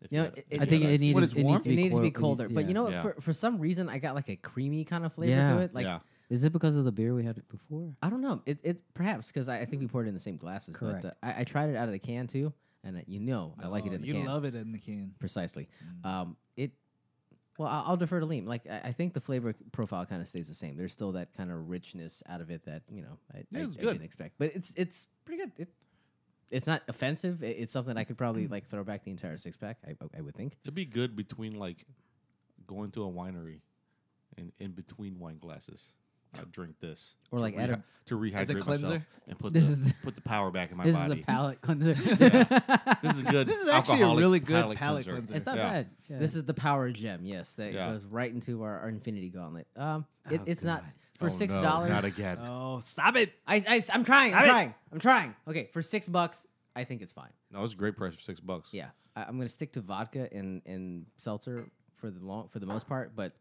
S5: If
S1: You know,
S5: had-
S1: it-
S5: if
S1: it-
S5: you
S2: I
S5: had
S2: think
S5: ice
S2: it,
S5: cubes.
S2: needed,
S3: When it's
S2: it
S3: warm,
S2: needs to
S1: It
S2: be
S1: needed to be
S2: coil- it
S1: colder,
S2: needs-
S1: but you
S2: yeah.
S1: know what?
S5: Yeah.
S1: For, for some reason, I got like a creamy kind of flavor to
S2: Yeah.
S1: it. Like
S5: Yeah.
S2: Is it because of the beer we had before?
S1: I don't know. It, it perhaps because I, I think we poured it in the same glasses.
S2: Correct.
S1: But uh, I, I tried it out of the can too, and uh, you know I like it
S3: Oh,
S1: in the
S3: you
S1: can.
S3: love it in the can.
S1: precisely.
S5: Mm.
S1: Um, it. Well, I- I'll defer to Liam. Like I, I think the flavor profile kind of stays the same. There's still that kind of richness out of it that you know I,
S5: Yeah,
S1: I,
S5: it's
S1: I
S5: good.
S1: didn't expect, but it's it's pretty good. It, it's not offensive. It, it's something I could probably
S5: Mm.
S1: like throw back the entire six pack. I, I- I would think.
S5: It'd be good between like going to a winery and in between wine glasses. I drink this,
S1: Or,
S5: to
S1: like, at a-
S5: rehy- to rehydrate
S3: a
S5: myself
S3: cleanser?
S5: and put
S2: This
S5: the,
S2: is the-
S5: put the power back in my
S2: (laughs) this
S5: body.
S2: is
S1: (laughs)
S2: a palate cleanser.
S5: this is good.
S3: This is actually a
S5: alcoholic
S3: really good palate cleanser.
S2: It's not
S5: Yeah.
S2: bad. Yeah.
S1: This is the power gem. Yes, that
S5: Yeah.
S1: goes right into our, our infinity gauntlet. Um, it,
S2: Oh,
S1: it's not
S2: God.
S1: for
S5: Oh,
S1: six
S5: no,
S1: dollars.
S5: Not again.
S3: Oh, stop it!
S1: I, I I'm trying. I'm
S3: Damn it.
S1: trying. I'm trying. Okay, for six bucks, I think it's fine.
S5: no, it's a great price for six bucks.
S1: Yeah, I, I'm gonna stick to vodka and and seltzer for the long for the most part. But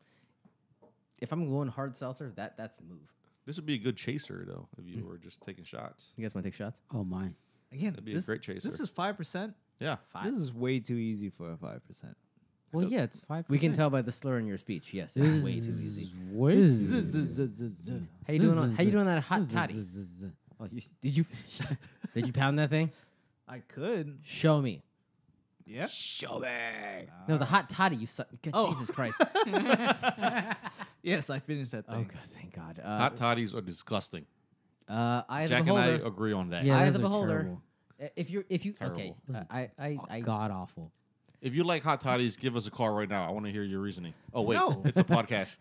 S1: if I'm going hard seltzer, that that's the move.
S5: This would be a good chaser though if you were just taking shots.
S1: You guys want to take shots?
S2: oh my.
S3: Again,
S5: That'd be a
S3: this,
S5: great
S3: This
S5: chaser.
S3: is five percent.
S5: Yeah,
S1: Five.
S3: This is way too easy for a five percent.
S2: Well, yeah, it's five.
S1: We can tell by the slur in your speech. Yes, it's way too easy.
S2: Way (laughs)
S1: How you doing? On, how you doing that hot toddy?
S2: Oh, you, did you?
S1: (laughs) Did you pound that thing?
S3: I could.
S1: Show me.
S3: Yeah.
S1: No, the hot toddy you suck. God,
S3: Oh.
S1: Jesus Christ.
S3: Yes, I finished that
S1: Oh,
S3: thing.
S1: God, thank God. Uh,
S5: Hot toddies are disgusting.
S1: uh, Eye of the
S5: Jack and I
S1: Beholder.
S5: agree on that.
S2: Yeah,
S1: Eye
S2: those
S1: of the
S2: are
S1: Beholder.
S2: terrible.
S1: Uh, If you're, if you, okay.
S5: Terrible.
S1: uh, I, I, I,
S2: God awful.
S5: If you like hot toddies, give us a call right now. I want to hear your reasoning. Oh wait,
S3: No.
S5: it's a podcast.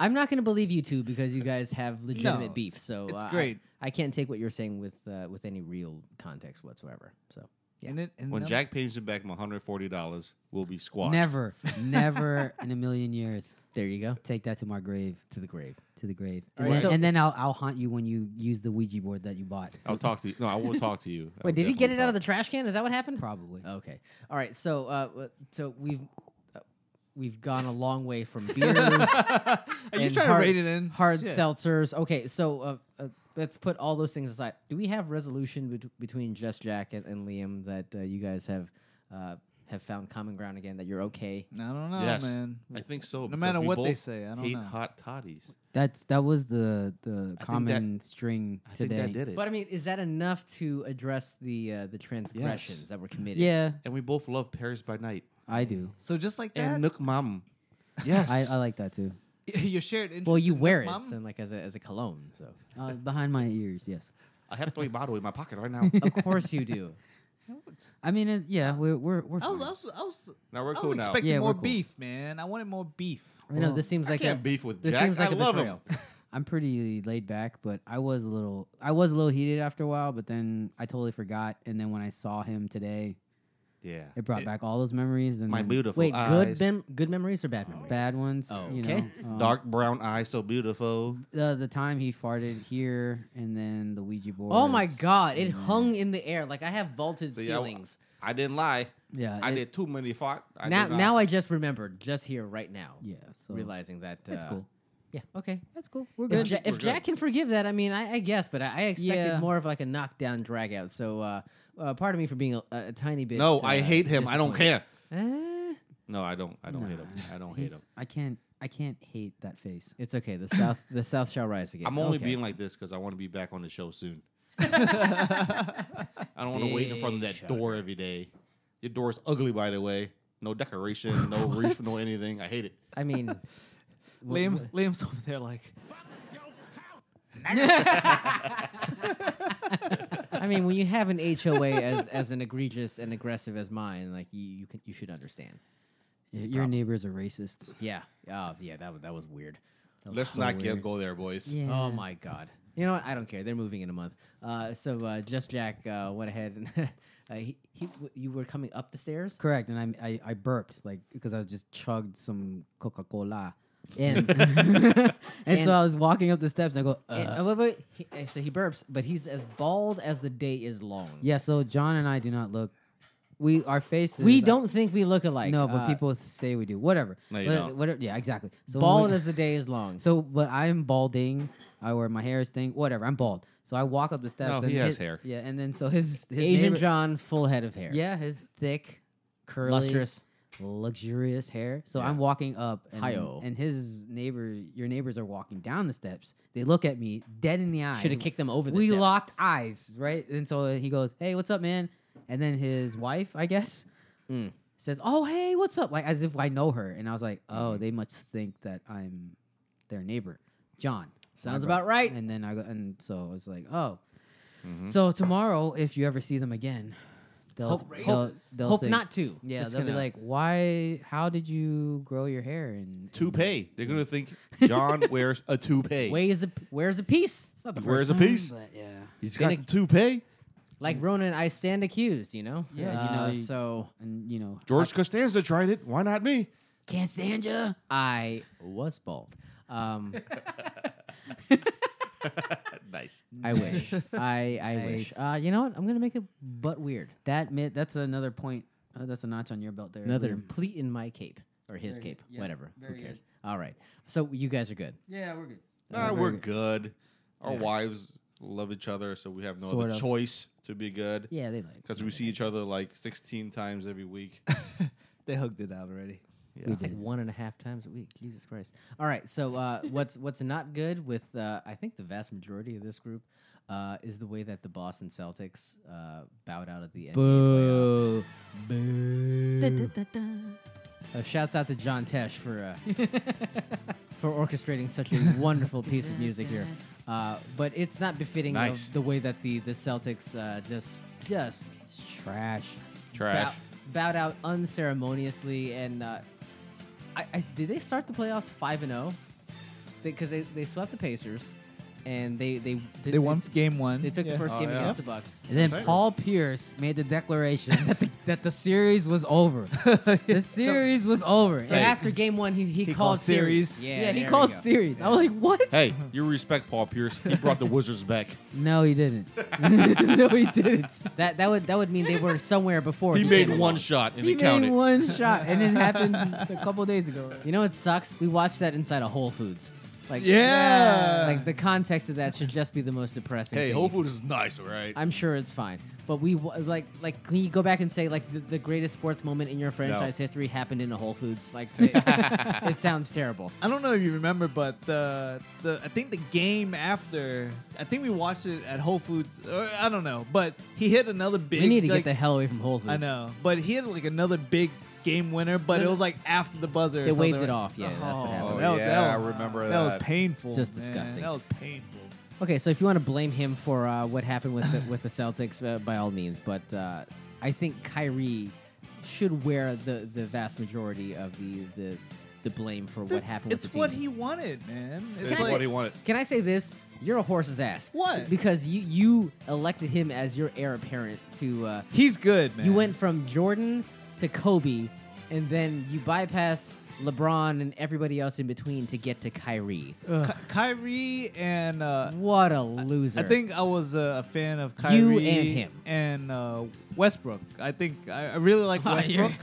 S1: I'm not going to believe you two because you guys have legitimate
S3: No,
S1: beef. So
S3: it's
S1: uh, I-
S3: great.
S1: I, can't take what you're saying with uh, with any real context whatsoever. So yeah.
S3: And it, and
S5: when
S3: another-
S5: Jack pays me back my hundred forty dollars, we'll be
S1: (laughs)
S5: squashed.
S2: Never, never in a million years.
S1: there you go
S2: Take that to my grave,
S1: to the grave.
S2: to the grave,
S1: All
S2: and,
S1: right,
S2: then,
S1: so-
S2: and then I'll I'll haunt you when you use the Ouija board that you bought.
S5: I'll talk to you. No, I will talk to you.
S1: Wait, did he get it out of the trash can? Is that what happened?
S2: Probably.
S1: Okay. All right. So uh, w- so we've uh, we've gone a long way from beers.
S3: Are you
S1: and
S3: trying
S1: hard-
S3: to rate it in?
S1: hard
S3: Shit.
S1: seltzers. Okay, so uh, uh, let's put all those things aside. Do we have resolution bet- between Just Jack and, and Liam that uh, you guys have uh, have found common ground again? That you're okay.
S3: I don't know,
S5: Yes,
S3: Oh, man.
S5: I think so.
S3: No
S5: because
S3: matter
S5: we
S3: what they
S5: both
S3: say, I don't
S5: hate
S3: know.
S5: hot toddies.
S2: That's that was the the
S5: that-
S2: common string
S5: I
S2: today.
S5: think that did it.
S1: But I mean, is that enough to address the uh, the transgressions that were committed?
S2: Yeah,
S5: and we both love Paris by Night
S2: I do.
S3: So just like that,
S5: and Nook Mom. Yes,
S2: I, uh, I like that too.
S3: (laughs) your shared interest.
S1: Well, you
S3: in
S1: wear
S3: Nook
S1: it
S3: Mom? (laughs)
S1: and like as a as a cologne. So
S2: Uh, behind my ears, yes.
S5: I have a bottle in my pocket right now.
S1: of course you do. (laughs)
S2: I mean, it, yeah, we're we're we're.
S3: I was, I
S2: fine.
S3: was, I was,
S5: now we're
S3: I
S5: cool
S3: was
S5: now.
S3: expecting
S2: Yeah, we're
S3: more
S2: cool.
S3: beef, man. I wanted more beef.
S1: I know this seems
S5: I
S1: like
S5: can't
S1: a
S5: beef with
S1: this
S5: Jack.
S1: seems like
S5: I
S1: a
S5: love him.
S1: betrayal.
S2: I'm pretty laid back, but I was a little I was a little heated after a while, but then I totally forgot. And then when I saw him today,
S5: yeah,
S2: it brought back all those memories. And
S5: my
S2: then (laughs)
S5: beautiful
S1: Wait,
S5: eyes.
S1: good mem- good memories or bad memories?
S2: bad ones.
S1: Oh,
S2: you
S1: okay.
S2: know, um,
S5: dark brown eyes, so beautiful.
S2: The the time he farted here, and then the Ouija board.
S1: Oh my god, it hung in the air like I have vaulted
S5: Mm-hmm. See, I w-
S1: ceilings.
S5: I didn't lie.
S2: Yeah.
S5: I
S2: it-
S5: did too many fart. I
S1: now,
S5: did not.
S1: now I just remembered, just here, right now,
S2: Yeah. So
S1: realizing that uh,
S2: that's cool.
S1: Yeah, okay, that's cool.
S2: We're
S1: If,
S2: good.
S1: Ja- if
S5: we're good.
S1: Jack can forgive that, I mean, I, I guess, but I, I expected
S2: Yeah.
S1: more of like a knockdown drag out. So, uh, uh, pardon me for being a, a tiny bit.
S5: no,
S1: uh,
S5: I hate him. I don't
S1: disappointed.
S5: care.
S1: Eh,
S5: No, I don't. I don't hate him.
S2: Nah,
S5: I don't hate
S2: he's-
S5: him.
S2: I can't. I can't hate that face.
S1: it's okay. The south, the south shall rise again.
S5: I'm only
S1: Okay.
S5: being like this because I want to be back on the show soon. I don't want to wait in front of
S1: Big
S5: that door every day. Your door's ugly, by the way. No
S1: (laughs)
S5: decoration, no reef, no anything. I hate it.
S1: I mean, wh-
S3: Liam's,
S1: wh-
S3: Liam's (laughs) over there like,
S1: I mean, when you have an HOA as as an egregious and aggressive as mine, like you you, can, you should understand.
S2: Y-
S1: It's
S2: Your
S1: prob-
S2: neighbors are racists.
S1: Yeah. Oh, yeah. That wa- that was weird. That was
S5: Let's
S1: so
S5: not
S1: weird.
S5: get, go there, boys.
S2: Yeah.
S1: Oh my god. You know what? I don't care. They're moving in a month. Uh, so uh, just Jack uh, went ahead and (laughs) uh, he, he w- you were coming up the stairs.
S2: Correct, and I I, I burped like because I just chugged some Coca Cola,
S5: (laughs)
S2: (laughs) and and
S1: And-
S2: so I was walking up the steps. And I go,
S5: Uh-huh.
S1: And-
S2: uh,
S1: oh, wait, wait, he- uh, so he burps, but he's as bald as the day is long.
S2: yeah. So John and I do not look. We our faces.
S1: We
S2: I-
S1: don't think we look alike.
S2: no, but
S1: uh,
S2: people say we do. Whatever.
S5: No, you
S2: What-
S5: don't.
S2: whatever- Yeah, exactly. So when
S1: bald
S2: we-
S1: as the day is long.
S2: So, but I'm balding. I wear my hair is thing. Whatever. I'm bald. So I walk up the steps.
S5: No,
S2: and
S5: he has
S2: his-
S5: hair.
S2: Yeah, and then so his, his
S1: Asian
S2: neighbor-
S1: John, full head of hair.
S2: Yeah, his thick, curly,
S1: lustrous.
S2: luxurious hair. So I'm walking up, and,
S1: Hi-yo.
S2: and his neighbor, your neighbors are walking down the steps. They look at me dead in the eye.
S1: Should have kicked them over. The
S2: We
S1: steps.
S2: locked eyes, right? And so he goes, "Hey, what's up, man?" And then his wife, I guess,
S1: Mm.
S2: says, "Oh, hey, what's up?" Like as if I know her. And I was like,
S1: Mm-hmm.
S2: "Oh, they must think that I'm their neighbor, John."
S1: Sounds
S2: My brother.
S1: about right. Mm-hmm.
S2: And then I go, and so I was like, "Oh."
S5: Mhm.
S2: So tomorrow, if you ever see them again, they'll
S1: Hope-
S2: they'll,
S1: hope-
S2: they'll
S1: Hope
S2: think-
S1: not to.
S2: yeah,
S1: Just
S2: they'll be
S1: gonna-
S2: like, "Why? How did you grow your hair?" And
S5: Toupee. They're
S1: (laughs)
S5: gonna think John wears a toupee.
S1: Where's a where's a piece? It's not the
S5: wears
S1: first.
S5: a
S1: time.
S5: piece.
S2: But yeah,
S5: He's
S1: gonna-
S5: got the toupee.
S1: Like Ronan, I stand accused. You know.
S2: Mm. Yeah, you know,
S1: Uh,
S2: you-
S1: so
S2: and you know,
S5: George Costanza tried it. Why not me?
S2: can't stand you.
S1: I was bald. Um,
S5: nice.
S1: I wish. I I wish.
S2: (laughs) Nice.
S1: Uh, you know what? I'm gonna make it butt weird.
S2: That mi- that's another point. Uh, that's a notch on your belt there.
S1: Another
S2: Liam.
S1: pleat in my cape or his
S2: Very good.
S1: cape,
S2: Yeah,
S1: whatever.
S2: very
S1: Who
S2: good.
S1: cares? All right. So you guys are good.
S2: Yeah, we're good.
S5: Nah,
S2: very
S5: Ah, we're
S2: good.
S5: good. Our
S1: Yeah.
S5: wives love each other, so we have no
S2: Sort
S5: other
S2: of.
S5: choice to be good.
S2: Yeah, they
S5: (laughs)
S2: like.
S5: Because we see each other like 16 times every week.
S3: they hugged it out already.
S1: It's like one and a half times a week. Jesus Christ! All right, so
S2: (laughs)
S1: uh, what's what's not good with uh, I think the vast majority of this group uh, is the way that the Boston Celtics uh, bowed out at the NBA playoffs.
S2: Boo.
S1: Uh, shouts out to John Tesh for uh,
S2: (laughs)
S1: for orchestrating such a wonderful piece of music here. Uh, but it's not befitting
S5: Nice.
S1: of the way that the the Celtics uh, just just
S2: Trash.
S5: Trash.
S1: Bow, bowed out unceremoniously, and uh, I, I did they start the playoffs five and zero? Because they, they swept the Pacers, and they they
S3: They won game one.
S1: They took
S3: Yeah.
S1: the first
S5: Oh,
S1: game
S5: yeah.
S1: against the Bucks.
S2: And then
S5: Favorite.
S2: Paul Pierce made the declaration that the, that the series was
S1: (laughs)
S2: over. the series was over.
S1: So
S2: And
S1: after game one, he, he,
S3: He
S1: called
S3: called
S1: series.
S3: series.
S1: Yeah,
S2: yeah, he
S1: there we
S2: called
S1: go.
S2: series. I was like, what?
S5: (laughs) Hey, you respect Paul Pierce. He brought the Wizards (laughs) back.
S2: No, he
S5: (laughs)
S2: didn't. (laughs) no, he didn't.
S1: That that would that would mean they were somewhere before.
S5: He
S1: came
S5: made
S1: along.
S5: one shot and
S2: He
S5: he counted.
S2: made one
S1: (laughs)
S2: shot, and it happened a couple days ago.
S1: You know what sucks? We watched that inside a Whole Foods. Like
S3: yeah.
S1: like the context of that should just be the most depressing.
S5: Hey,
S1: thing.
S5: Whole Foods is nice, all right?
S1: I'm sure it's fine. But we wa- like like can you go back and say like the, the greatest sports moment in your franchise history happened in a Whole Foods?
S3: (laughs)
S1: Like it, it sounds terrible.
S3: I don't know if you remember, but the the I think the game after I think we watched it at Whole Foods. Or, I don't know, but he hit another big.
S1: we need to
S3: like-
S1: get the hell away from Whole Foods.
S3: I know, but he had like another big game winner, but
S1: No,
S3: it
S1: no.
S3: was like after the buzzer. or
S1: They waved
S3: something.
S1: it off, yeah, that's what happened.
S5: Oh,
S3: that was,
S5: yeah,
S3: that
S5: I
S3: was,
S5: remember
S3: that.
S5: that.
S3: was painful.
S1: Just
S3: man.
S1: disgusting.
S3: That was painful.
S1: Okay, so if you want to blame him for uh, what happened with the, with the Celtics, uh, by all means. But uh, I think Kyrie should wear the, the vast majority of the the, the blame for what
S3: This-
S1: happened with
S3: It's
S1: the team.
S3: what he wanted, man. It's
S5: It's
S1: I
S3: like-
S5: what he wanted.
S1: Can I say this? You're a horse's ass.
S3: What?
S1: Because you you elected him as your heir apparent to. Uh,
S3: he's good, man.
S1: You went from Jordan to Kobe, and then you bypass LeBron and everybody else in between to get to Kyrie.
S3: Ky- Kyrie and uh,
S1: What a loser!
S3: I think I was uh, a fan of Kyrie
S1: You and him.
S3: and, uh, Westbrook. I think I, I
S1: (laughs)
S3: really like
S2: Oh,
S3: Westbrook,
S2: yeah.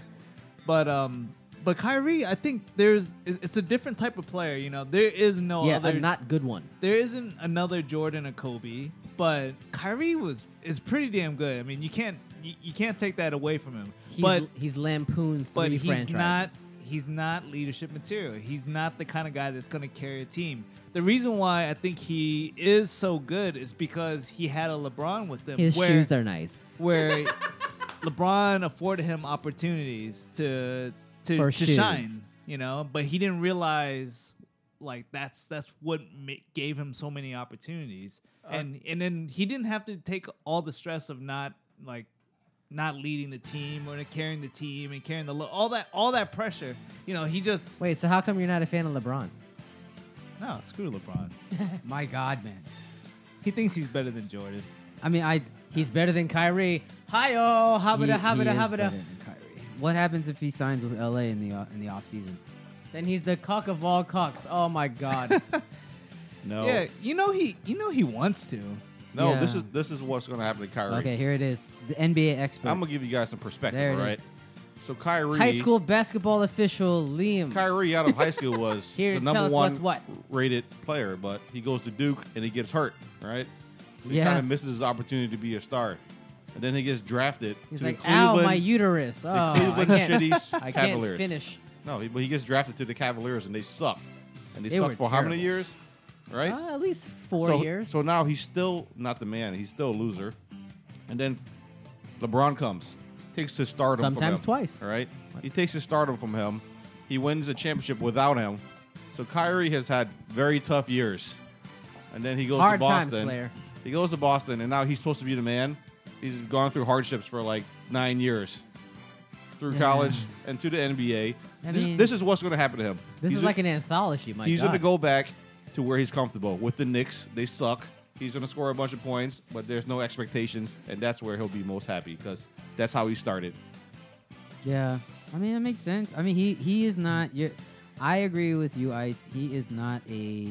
S3: but um, but Kyrie, I think there's it- it's a different type of player. You know, there is no
S1: yeah,
S3: other
S1: a not good one.
S3: there isn't another Jordan or Kobe, but Kyrie was is pretty damn good. I mean, you can't you, you can't take that away from him.
S1: He's,
S3: but
S1: he's lampooned three
S3: but he's
S1: franchises.
S3: not he's not leadership material. He's not the kind of guy that's going to carry a team. The reason why I think he is so good is because he had a LeBron with him
S1: His
S3: where
S1: shoes are nice. (laughs)
S3: where LeBron afforded him opportunities to to,
S1: For
S3: to
S1: shoes.
S3: shine, you know, but he didn't realize like that's that's what ma- gave him so many opportunities. and and then he didn't have to take all the stress of not like not leading the team or carrying the team and carrying the lo- all that all that pressure. You know, he just
S1: Wait, so how come you're not a fan of LeBron?
S3: no, screw LeBron.
S2: My God, man.
S3: He thinks he's better than Jordan.
S2: I mean, I.
S1: He's better than Kyrie. Hi-oh,
S2: He,
S1: habada,
S2: he
S1: habada,
S2: is better
S1: habada.
S2: than Kyrie. What happens if he signs with LA in the uh, in the off season?
S1: Then he's the cock of all cocks. Oh, my God.
S5: No.
S3: Yeah, you know he you know he wants to.
S5: No, this
S2: Yeah.
S5: is this is what's going to happen to Kyrie.
S2: Okay, here it is. The NBA expert.
S5: I'm going to give you guys some perspective,
S2: There it
S5: all right? So Kyrie
S1: High school basketball official Liam.
S5: Kyrie out of high school was
S1: (laughs) Here,
S5: the
S1: tell
S5: number
S1: us
S5: one
S1: what's what.
S5: rated player, but he goes to Duke and he gets hurt, right? He
S2: Yeah.
S5: kind of misses his opportunity to be a star. And then he gets drafted
S1: He's
S5: to
S1: like,
S5: the
S1: ow,
S5: Cleveland,
S1: my uterus. Oh,
S5: the
S1: I
S5: Cleveland
S1: can't,
S5: Shitties
S1: (laughs) I can't
S5: Cavaliers.
S1: finish.
S5: No, he, but he gets drafted to the Cavaliers and they sucked. And they,
S1: They
S5: sucked
S1: were
S5: for how many years? Right?
S1: Uh, at least four
S5: so,
S1: years.
S5: So now he's still not the man. He's still a loser. And then LeBron comes, takes his stardom. from
S1: Sometimes
S5: him,
S1: twice.
S5: All right, he takes his stardom from him. He wins a championship without him. So Kyrie has had very tough years. And then he goes
S1: Hard
S5: to
S1: times,
S5: Boston.
S1: player.
S5: He goes to Boston, and now he's supposed to be the man. He's gone through hardships for like nine years, through
S2: Yeah.
S5: college and to the NBA.
S2: I
S5: this,
S2: mean-
S5: this is what's going to happen to him.
S1: this
S5: He's
S1: is
S5: a-
S1: like an anthology, my
S5: he's
S1: God.
S5: going to go back to where he's comfortable with the Knicks. They suck. He's going to score a bunch of points, but there's no expectations, and that's where he'll be most happy because that's how he started.
S2: Yeah, I mean that makes sense. I mean he he is not your. I agree with you, Ice. He is not a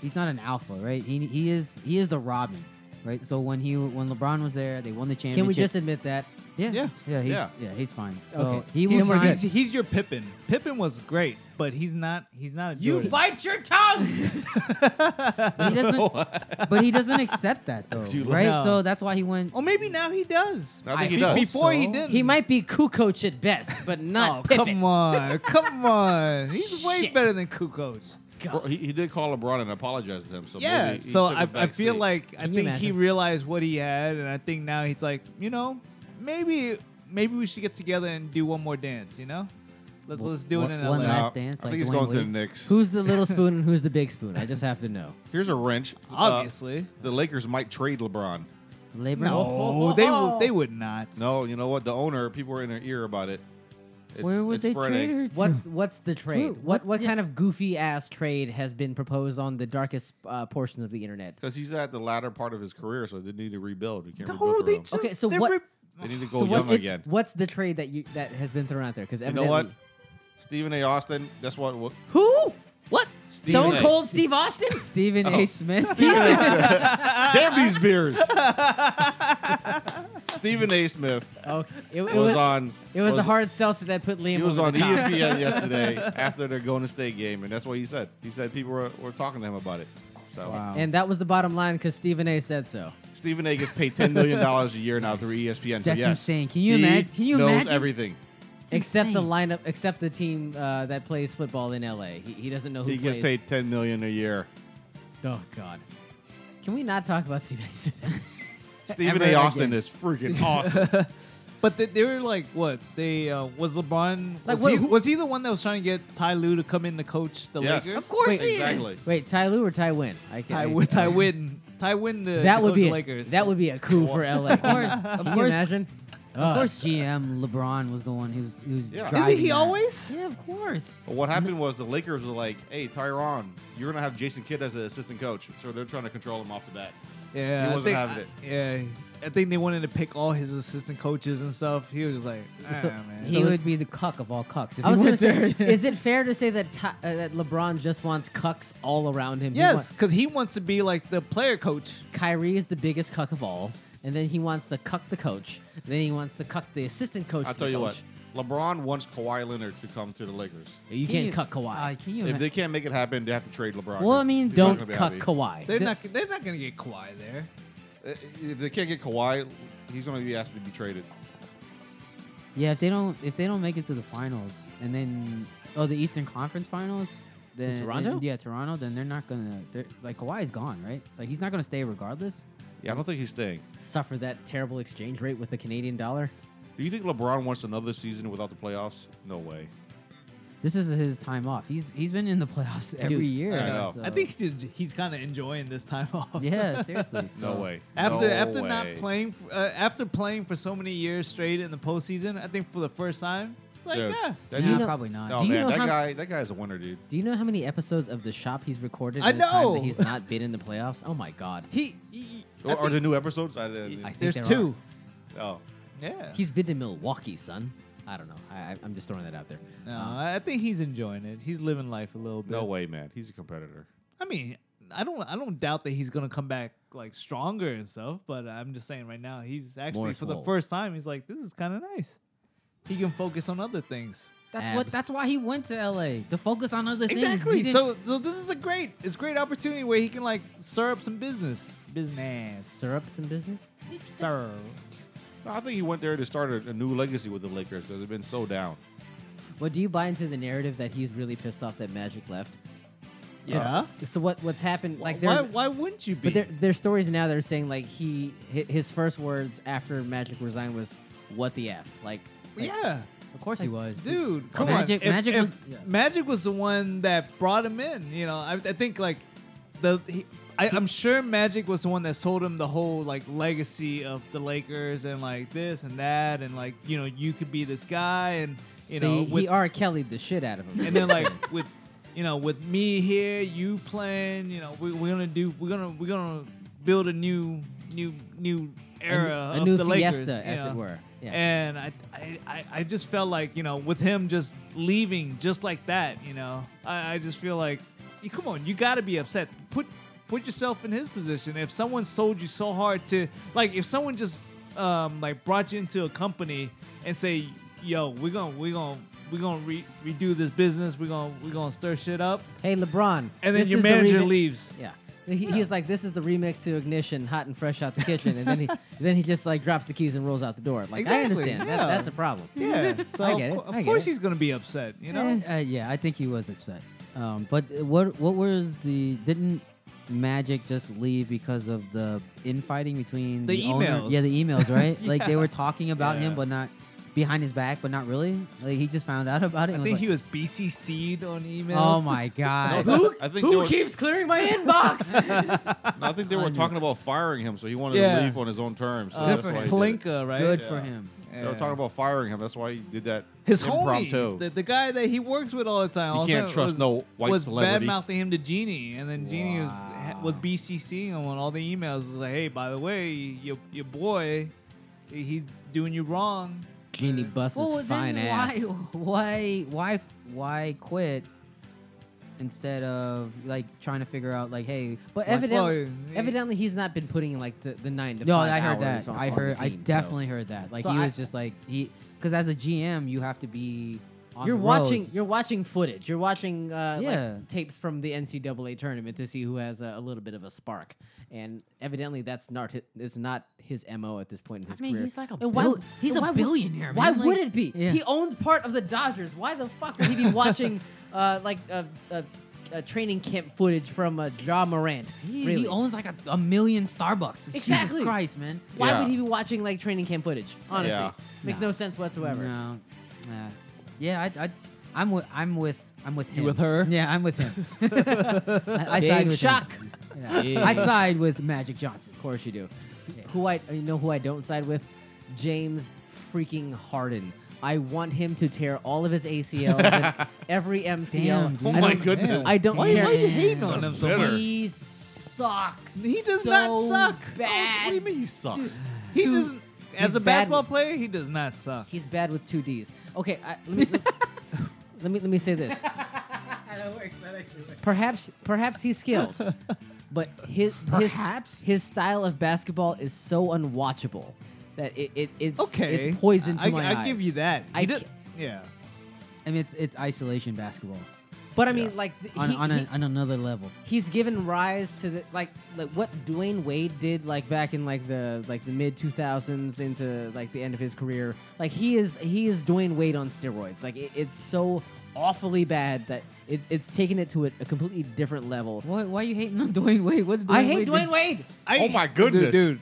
S2: he's not an alpha, right? He he is he is the Robin, right? So when he when LeBron was there, they won the championship.
S1: Can we just admit that?
S2: Yeah,
S5: Yeah.
S2: yeah, yeah. He's, yeah.
S5: Yeah.
S2: he's fine. So
S1: Okay.
S2: he
S3: He's,
S2: was
S1: we're
S3: he's,
S2: signed.
S3: he's your Pippin. Pippin was great, but he's not. He's not. A Jordan.
S1: bite your tongue.
S5: (laughs)
S2: He doesn't, but he doesn't accept that
S5: (laughs)
S2: though,
S5: You
S2: right?
S3: laugh.
S2: So that's why he went.
S3: Oh, maybe now he does.
S5: I think he
S3: Be-
S5: does.
S3: Before he
S2: So?
S3: didn't.
S1: he might be Kukoc at best,
S3: (laughs)
S1: but not
S3: Oh,
S1: Pippen. (laughs)
S3: come on, come on. He's way
S1: Shit.
S3: better than Kukoc.
S5: Bro, he, he did call LeBron and apologize to him. So
S3: yeah.
S5: maybe he
S3: So
S5: took
S3: I,
S5: a
S3: I
S5: back
S3: feel
S5: seat.
S3: like I
S1: Can you
S3: think he
S1: imagine?
S3: realized what he had, and I think now he's like, you know, maybe maybe we should get together and do one more dance. You know, let's let's do
S2: one-
S3: it in
S2: one
S3: LA.
S2: last-
S5: Uh,
S2: dance
S5: I
S2: like
S5: think he's
S2: Dwayne
S5: going to the
S2: Wade.
S5: Knicks.
S1: Who's the little spoon and who's the big spoon? I just have to know.
S5: Here's a wrench. Uh,
S3: Obviously,
S5: the Lakers might trade LeBron.
S2: Labor.
S3: no, they would they would not.
S5: (laughs) No, you know what? The owner, people are in their ear about it. It's,
S2: Where would
S5: it's
S2: they
S5: spreading.
S2: trade her to?
S1: What's what's the trade?
S2: Who-
S1: What
S2: what's-
S1: what
S2: yeah.
S1: kind of goofy ass trade has been proposed on the darkest uh, portions of the internet?
S5: Because he's at the latter part of his career, so they need to rebuild. You can't
S3: No,
S5: rebuild
S3: they
S5: around.
S3: just
S1: Okay, so
S3: they're
S1: what-
S3: rip-
S5: They
S3: (sighs)
S5: need to go
S1: So what's
S5: young
S1: it's-
S5: again.
S1: what's the trade that you that has been thrown out there? Because
S5: You know what? Stephen A. Austin. That's what. what
S1: Who? What?
S5: Stephen
S1: Stone
S5: A.
S1: Cold Steve Austin? (laughs)
S3: (laughs)
S2: Stephen
S3: Oh.
S2: A. Smith?
S5: Damn these beers. (laughs) Stephen A. Smith
S1: okay, it, it
S5: was,
S1: was,
S5: on.
S1: it was a hard seltzer that put Liam.
S5: He was
S1: over
S5: on E
S1: the top.
S5: ESPN yesterday after the Golden State game, and that's what he said. He said people were, were talking to him about it. So
S2: Wow.
S1: and that was the bottom line because Stephen A. said so.
S5: Stephen A. gets paid ten million dollars a year now through E ESPN. so
S2: That's
S5: yes,
S2: insane. Can you
S5: he
S2: imagine? Can you
S5: knows
S2: imagine?
S5: everything.
S2: It's
S1: Except the
S2: insane.
S1: lineup, except the team uh, that plays football in LA. He, he doesn't know who
S5: He
S1: plays.
S5: gets paid ten million a year.
S1: Oh God! Can we not talk about (laughs) Stephen A. Smith?
S5: Stephen A.
S1: Ever
S5: Austin
S1: again.
S5: is freaking awesome.
S3: But they, they were like, what? They uh, was LeBron.
S1: Like,
S3: was,
S1: what-
S3: he,
S1: who-
S3: was he the one that was trying to get Ty Lue to come in to coach the
S5: Yes.
S3: Lakers?
S5: Of course
S1: Wait,
S5: he is. Exactly.
S1: Wait, Ty Lue or Ty Win? I
S3: Ty,
S1: I-
S3: Wi- Ty Witten. Ty Witten
S1: (laughs)
S3: to,
S1: That
S3: to
S1: would
S3: coach
S1: be
S3: the
S1: a,
S3: Lakers.
S1: that would be a coup for LA. Of
S2: course, of
S1: Can you
S2: course.
S1: imagine? Uh,
S2: Of
S3: (laughs)
S2: course, GM LeBron was the one who's who's
S5: Yeah. Isn't
S3: Isn't
S2: driving.
S3: he
S2: that.
S3: always?
S2: Yeah, of course.
S5: But what happened was the Lakers were like, "Hey, Tyron, you're gonna have Jason Kidd as an assistant coach," so they're trying to control him off the bat.
S3: Yeah,
S5: He
S3: I
S5: wasn't
S3: think-
S5: having it.
S3: Yeah, I think they wanted to pick all his assistant coaches and stuff. He was just like, ah,
S1: So-
S3: man.
S2: He
S1: So-
S2: would be the cuck of all cucks. If (laughs)
S1: I was
S2: he
S1: going to
S2: went
S1: say,
S2: there-
S1: is it fair to say that Ty, uh, that LeBron just wants cucks all around him? He
S3: yes,
S1: wa-
S3: because he wants to be like the player coach.
S1: Kyrie is the biggest cuck of all, and then he wants to cuck the coach. Then he wants to cuck the assistant coach.
S5: I
S1: to
S5: tell
S1: the
S5: you
S1: coach.
S5: what, LeBron wants Kawhi Leonard to come to the Lakers.
S1: You
S2: Can
S1: can't cuck Kawhi.
S2: Uh, can you?
S5: If
S2: ima-
S5: they can't make it happen, they have to trade LeBron.
S2: Well, I mean,
S5: He's
S1: Don't
S5: not gonna be
S1: cuck
S5: happy.
S1: Kawhi.
S3: They're
S1: Th-
S3: not. They're not gonna get Kawhi there.
S5: Uh, If they can't get Kawhi, he's going to be asked to be traded.
S2: yeah, if they don't, if they don't make it to the finals, and then oh, the Eastern Conference Finals. Then,
S1: Toronto?
S2: then- yeah, Toronto. Then they're not gonna. They're, like Kawhi's gone, right? Like he's not gonna stay regardless.
S5: Yeah, I don't think he's staying.
S1: suffer that terrible exchange rate with the Canadian dollar.
S5: Do you think LeBron wants another season without the playoffs? No way.
S2: This is his time off. He's he's been in the (laughs) playoffs every
S1: Dude,
S2: year.
S5: I know.
S2: so-
S3: I think he's, he's kind of enjoying this time (laughs) off.
S2: Yeah, seriously.
S5: No
S2: so-
S5: way.
S3: After
S5: No
S3: after not
S5: way.
S3: playing for, uh, after playing for so many years straight in the postseason, I think for the first time, it's like
S5: Dude,
S3: yeah.
S5: that-
S1: Do
S2: Nah,
S1: you know-
S2: probably not.
S5: no
S1: Do you
S5: man,
S1: know
S5: that
S1: how-
S5: guy that guy's a winner, dude.
S1: Do you know how many episodes of the shop he's recorded?
S3: I
S1: in the time
S3: know.
S1: that he's not been in the playoffs. Oh my god,
S3: He, he- I
S5: Or, are there
S3: think-
S5: new episodes? I didn't.
S1: I think
S3: there's
S1: there
S3: two.
S5: oh,
S3: Yeah.
S1: he's been to Milwaukee, son. I don't know. I, I, I'm just throwing that out there.
S3: no, I think he's enjoying it. He's living life a little bit.
S5: no way, man. He's a competitor.
S3: I mean, I don't I don't doubt that he's gonna come back like stronger and stuff, but I'm just saying right now he's actually
S1: Morris
S3: for the
S1: Wall.
S3: first time he's like this is kind of nice. He can focus on other things.
S2: That's what.
S1: Abs.
S2: That's why he went to LA to focus on other things.
S3: Exactly.
S2: He didn't-
S3: So so this is a great it's a great opportunity where he can like stir up some business. Business.
S1: Syrups and business.
S3: Sir.
S5: No, I think he went there to start a, a new legacy with the Lakers because they've been so down.
S1: Well, do you buy into the narrative that he's really pissed off that Magic left? 'Cause-
S3: Yeah.
S1: So what? What's happened? Like there,
S3: why, why wouldn't you be?
S1: but there, there's stories now that are saying like he hi- his first words after Magic resigned was "What the f?" Like, like,
S3: yeah.
S2: of course he was.
S3: Dude, come
S2: Magic-
S3: on. If-
S2: Magic
S3: if
S2: was- yeah.
S3: Magic was the one that brought him in. You know, I, I think like the he, I, I'm sure Magic was the one that sold him the whole like legacy of the Lakers and like this and that and like you know you could be this guy and you
S1: so
S3: know
S1: he,
S3: with,
S1: he R. Kelly'd the shit out of him.
S3: and then like
S1: (laughs)
S3: with you know with me here you playing you know we, we're gonna do we're gonna we're gonna build a new new new
S1: a, n-
S3: era
S1: a
S3: of
S1: new
S3: the
S1: fiesta,
S3: Lakers, you
S1: as
S3: know?
S1: it were. Yeah.
S3: And I, I, I- I just felt like, you know, with him just leaving just like that, you know, I, I just feel like, you- come on, you got to be upset. Put put yourself in his position. If someone sold you so hard to, like, if someone just um, like brought you into a company and say, "Yo, we're gonna we're gonna we're gonna re- redo this business. We're gonna we're gonna stir shit up,"
S1: Hey, LeBron.
S3: and then
S1: this
S3: your
S1: is the
S3: manager
S1: remix-
S3: leaves.
S1: Yeah. He, he was like, "This is the remix to Ignition, hot and fresh out the kitchen," and then
S3: (laughs)
S1: he then he just like drops the keys and rolls out the door. Like I
S3: Exactly,
S1: understand,
S3: yeah.
S1: that, that's a problem.
S3: Yeah, so
S1: (laughs) I get it,
S3: of, cour- of
S1: I get
S3: course
S1: it.
S3: he's gonna be upset. You know,
S2: Eh, uh, yeah, I think he was upset. Um, but what what was the didn't Magic just leave because of the infighting between
S3: The
S2: owner-
S3: emails.
S2: Yeah, the emails, right? Like they
S3: Yeah.
S2: were talking about him,
S3: Yeah.
S2: but not behind his back, but not really. Like he just found out about
S3: I
S2: it. and
S3: think he
S2: was
S3: was BCC'd on emails.
S2: like, Oh my god!
S5: No, I think they were,
S1: keeps clearing my inbox?
S5: no, I think they were
S2: on you?
S5: talking about firing him, so he wanted
S3: Yeah.
S5: to leave on his own terms. So
S3: Uh,
S2: Good
S5: that's
S2: for
S5: why
S2: him.
S5: he did it.
S3: Palenka, right?
S2: Good
S5: Yeah.
S2: for him.
S5: They were talking about firing him. That's why he did that.
S3: his
S5: impromptu.
S3: homie, the, the guy that he works with all the time.
S5: You
S3: all of a
S5: can't
S3: sudden
S5: trust
S3: was,
S5: no white
S3: was
S5: celebrity.
S3: bad mouthing him to Genie, and then Genie was ha- was
S2: Wow.
S3: BCCing him on all the emails. Was like, hey, by the way, your your boy, he- he's doing you wrong.
S1: Genie busts his
S2: well,
S1: fine
S2: then
S1: ass.
S2: (laughs) why, why, why, why quit instead of like trying to figure out like, hey,
S1: But
S2: like,
S1: evidently,
S3: well,
S1: evidently, he's not been putting in like the, the nine to
S2: No,
S1: five
S2: I heard
S1: hours
S2: that.
S1: on- on
S2: I
S1: the
S2: heard. I
S1: team, so- (laughs)
S2: definitely heard that. Like
S1: So
S2: he
S1: I-
S2: was just like he, because as a GM, you have to be. On
S1: You're
S2: the road.
S1: watching. You're watching footage. You're watching uh, like,
S2: Yeah.
S1: tapes from the NCAA tournament to see who has a, a little bit of a spark. And evidently, that's not his, it's not his mo at this point in his career.
S2: like a
S1: And why- and why would-
S2: billionaire.
S1: Why would it be?
S2: Yeah.
S1: He owns part of the Dodgers. Why the fuck would he be (laughs) watching uh, like a, a, a training camp footage from uh, Ja Morant?
S2: He,
S1: really?
S2: he owns like a, a million Starbucks.
S1: Exactly.
S2: Jesus Christ, man.
S1: Why
S5: Yeah.
S1: would he be watching like training camp footage? Honestly,
S5: Yeah.
S1: makes
S2: No.
S1: no sense whatsoever.
S2: No. Yeah. yeah. I. I I'm with. I'm with. I'm with him.
S3: with her?
S2: Yeah, I'm
S1: (laughs)
S2: with him. I, I side
S1: Big
S2: with
S1: shock.
S2: Him. Yeah. I side with Magic Johnson.
S1: Of course you do. Who I you know who I don't side with? James freaking Harden. I want him to tear all of his ACLs and every MCL.
S2: Damn, dude.
S1: I
S5: Oh my
S1: don't-
S5: goodness!
S1: I don't
S3: Why,
S1: care.
S3: why are you hating on
S5: That's
S3: him so
S5: better.
S3: much?
S1: He sucks.
S3: He does
S1: so
S3: not suck.
S1: Bad.
S5: What do you mean he sucks?
S3: He doesn't. As
S1: he's
S3: a
S1: bad.
S3: basketball player, he does not suck.
S1: He's bad with two D's. Okay, I, let, me, let me let me say this. Perhaps perhaps he's skilled, but his
S2: Perhaps?
S1: his his style of basketball is so unwatchable that it, it it's
S3: Okay,
S1: it's poison to
S3: I,
S1: my
S3: I,
S1: eyes.
S3: give you that.
S1: I
S3: He do-
S1: ca-
S3: yeah.
S2: I mean, it's it's isolation basketball
S1: But I mean, like th-
S2: on
S1: he-
S2: on, a,
S1: he-
S2: on another level.
S1: he's given rise to the like like what Dwayne Wade did like back in like the like the mid 2000s into like the end of his career. Like he is he is Dwayne Wade on steroids. Like it, it's so awfully bad that it's it's taken it to a, a completely different level.
S2: Why, why are you hating on (laughs) Dwayne Wade? What did
S1: I
S2: Dwayne
S1: hate
S2: Wade do?
S1: Dwayne Wade.
S3: I,
S5: Oh my goodness.
S3: dude. dude.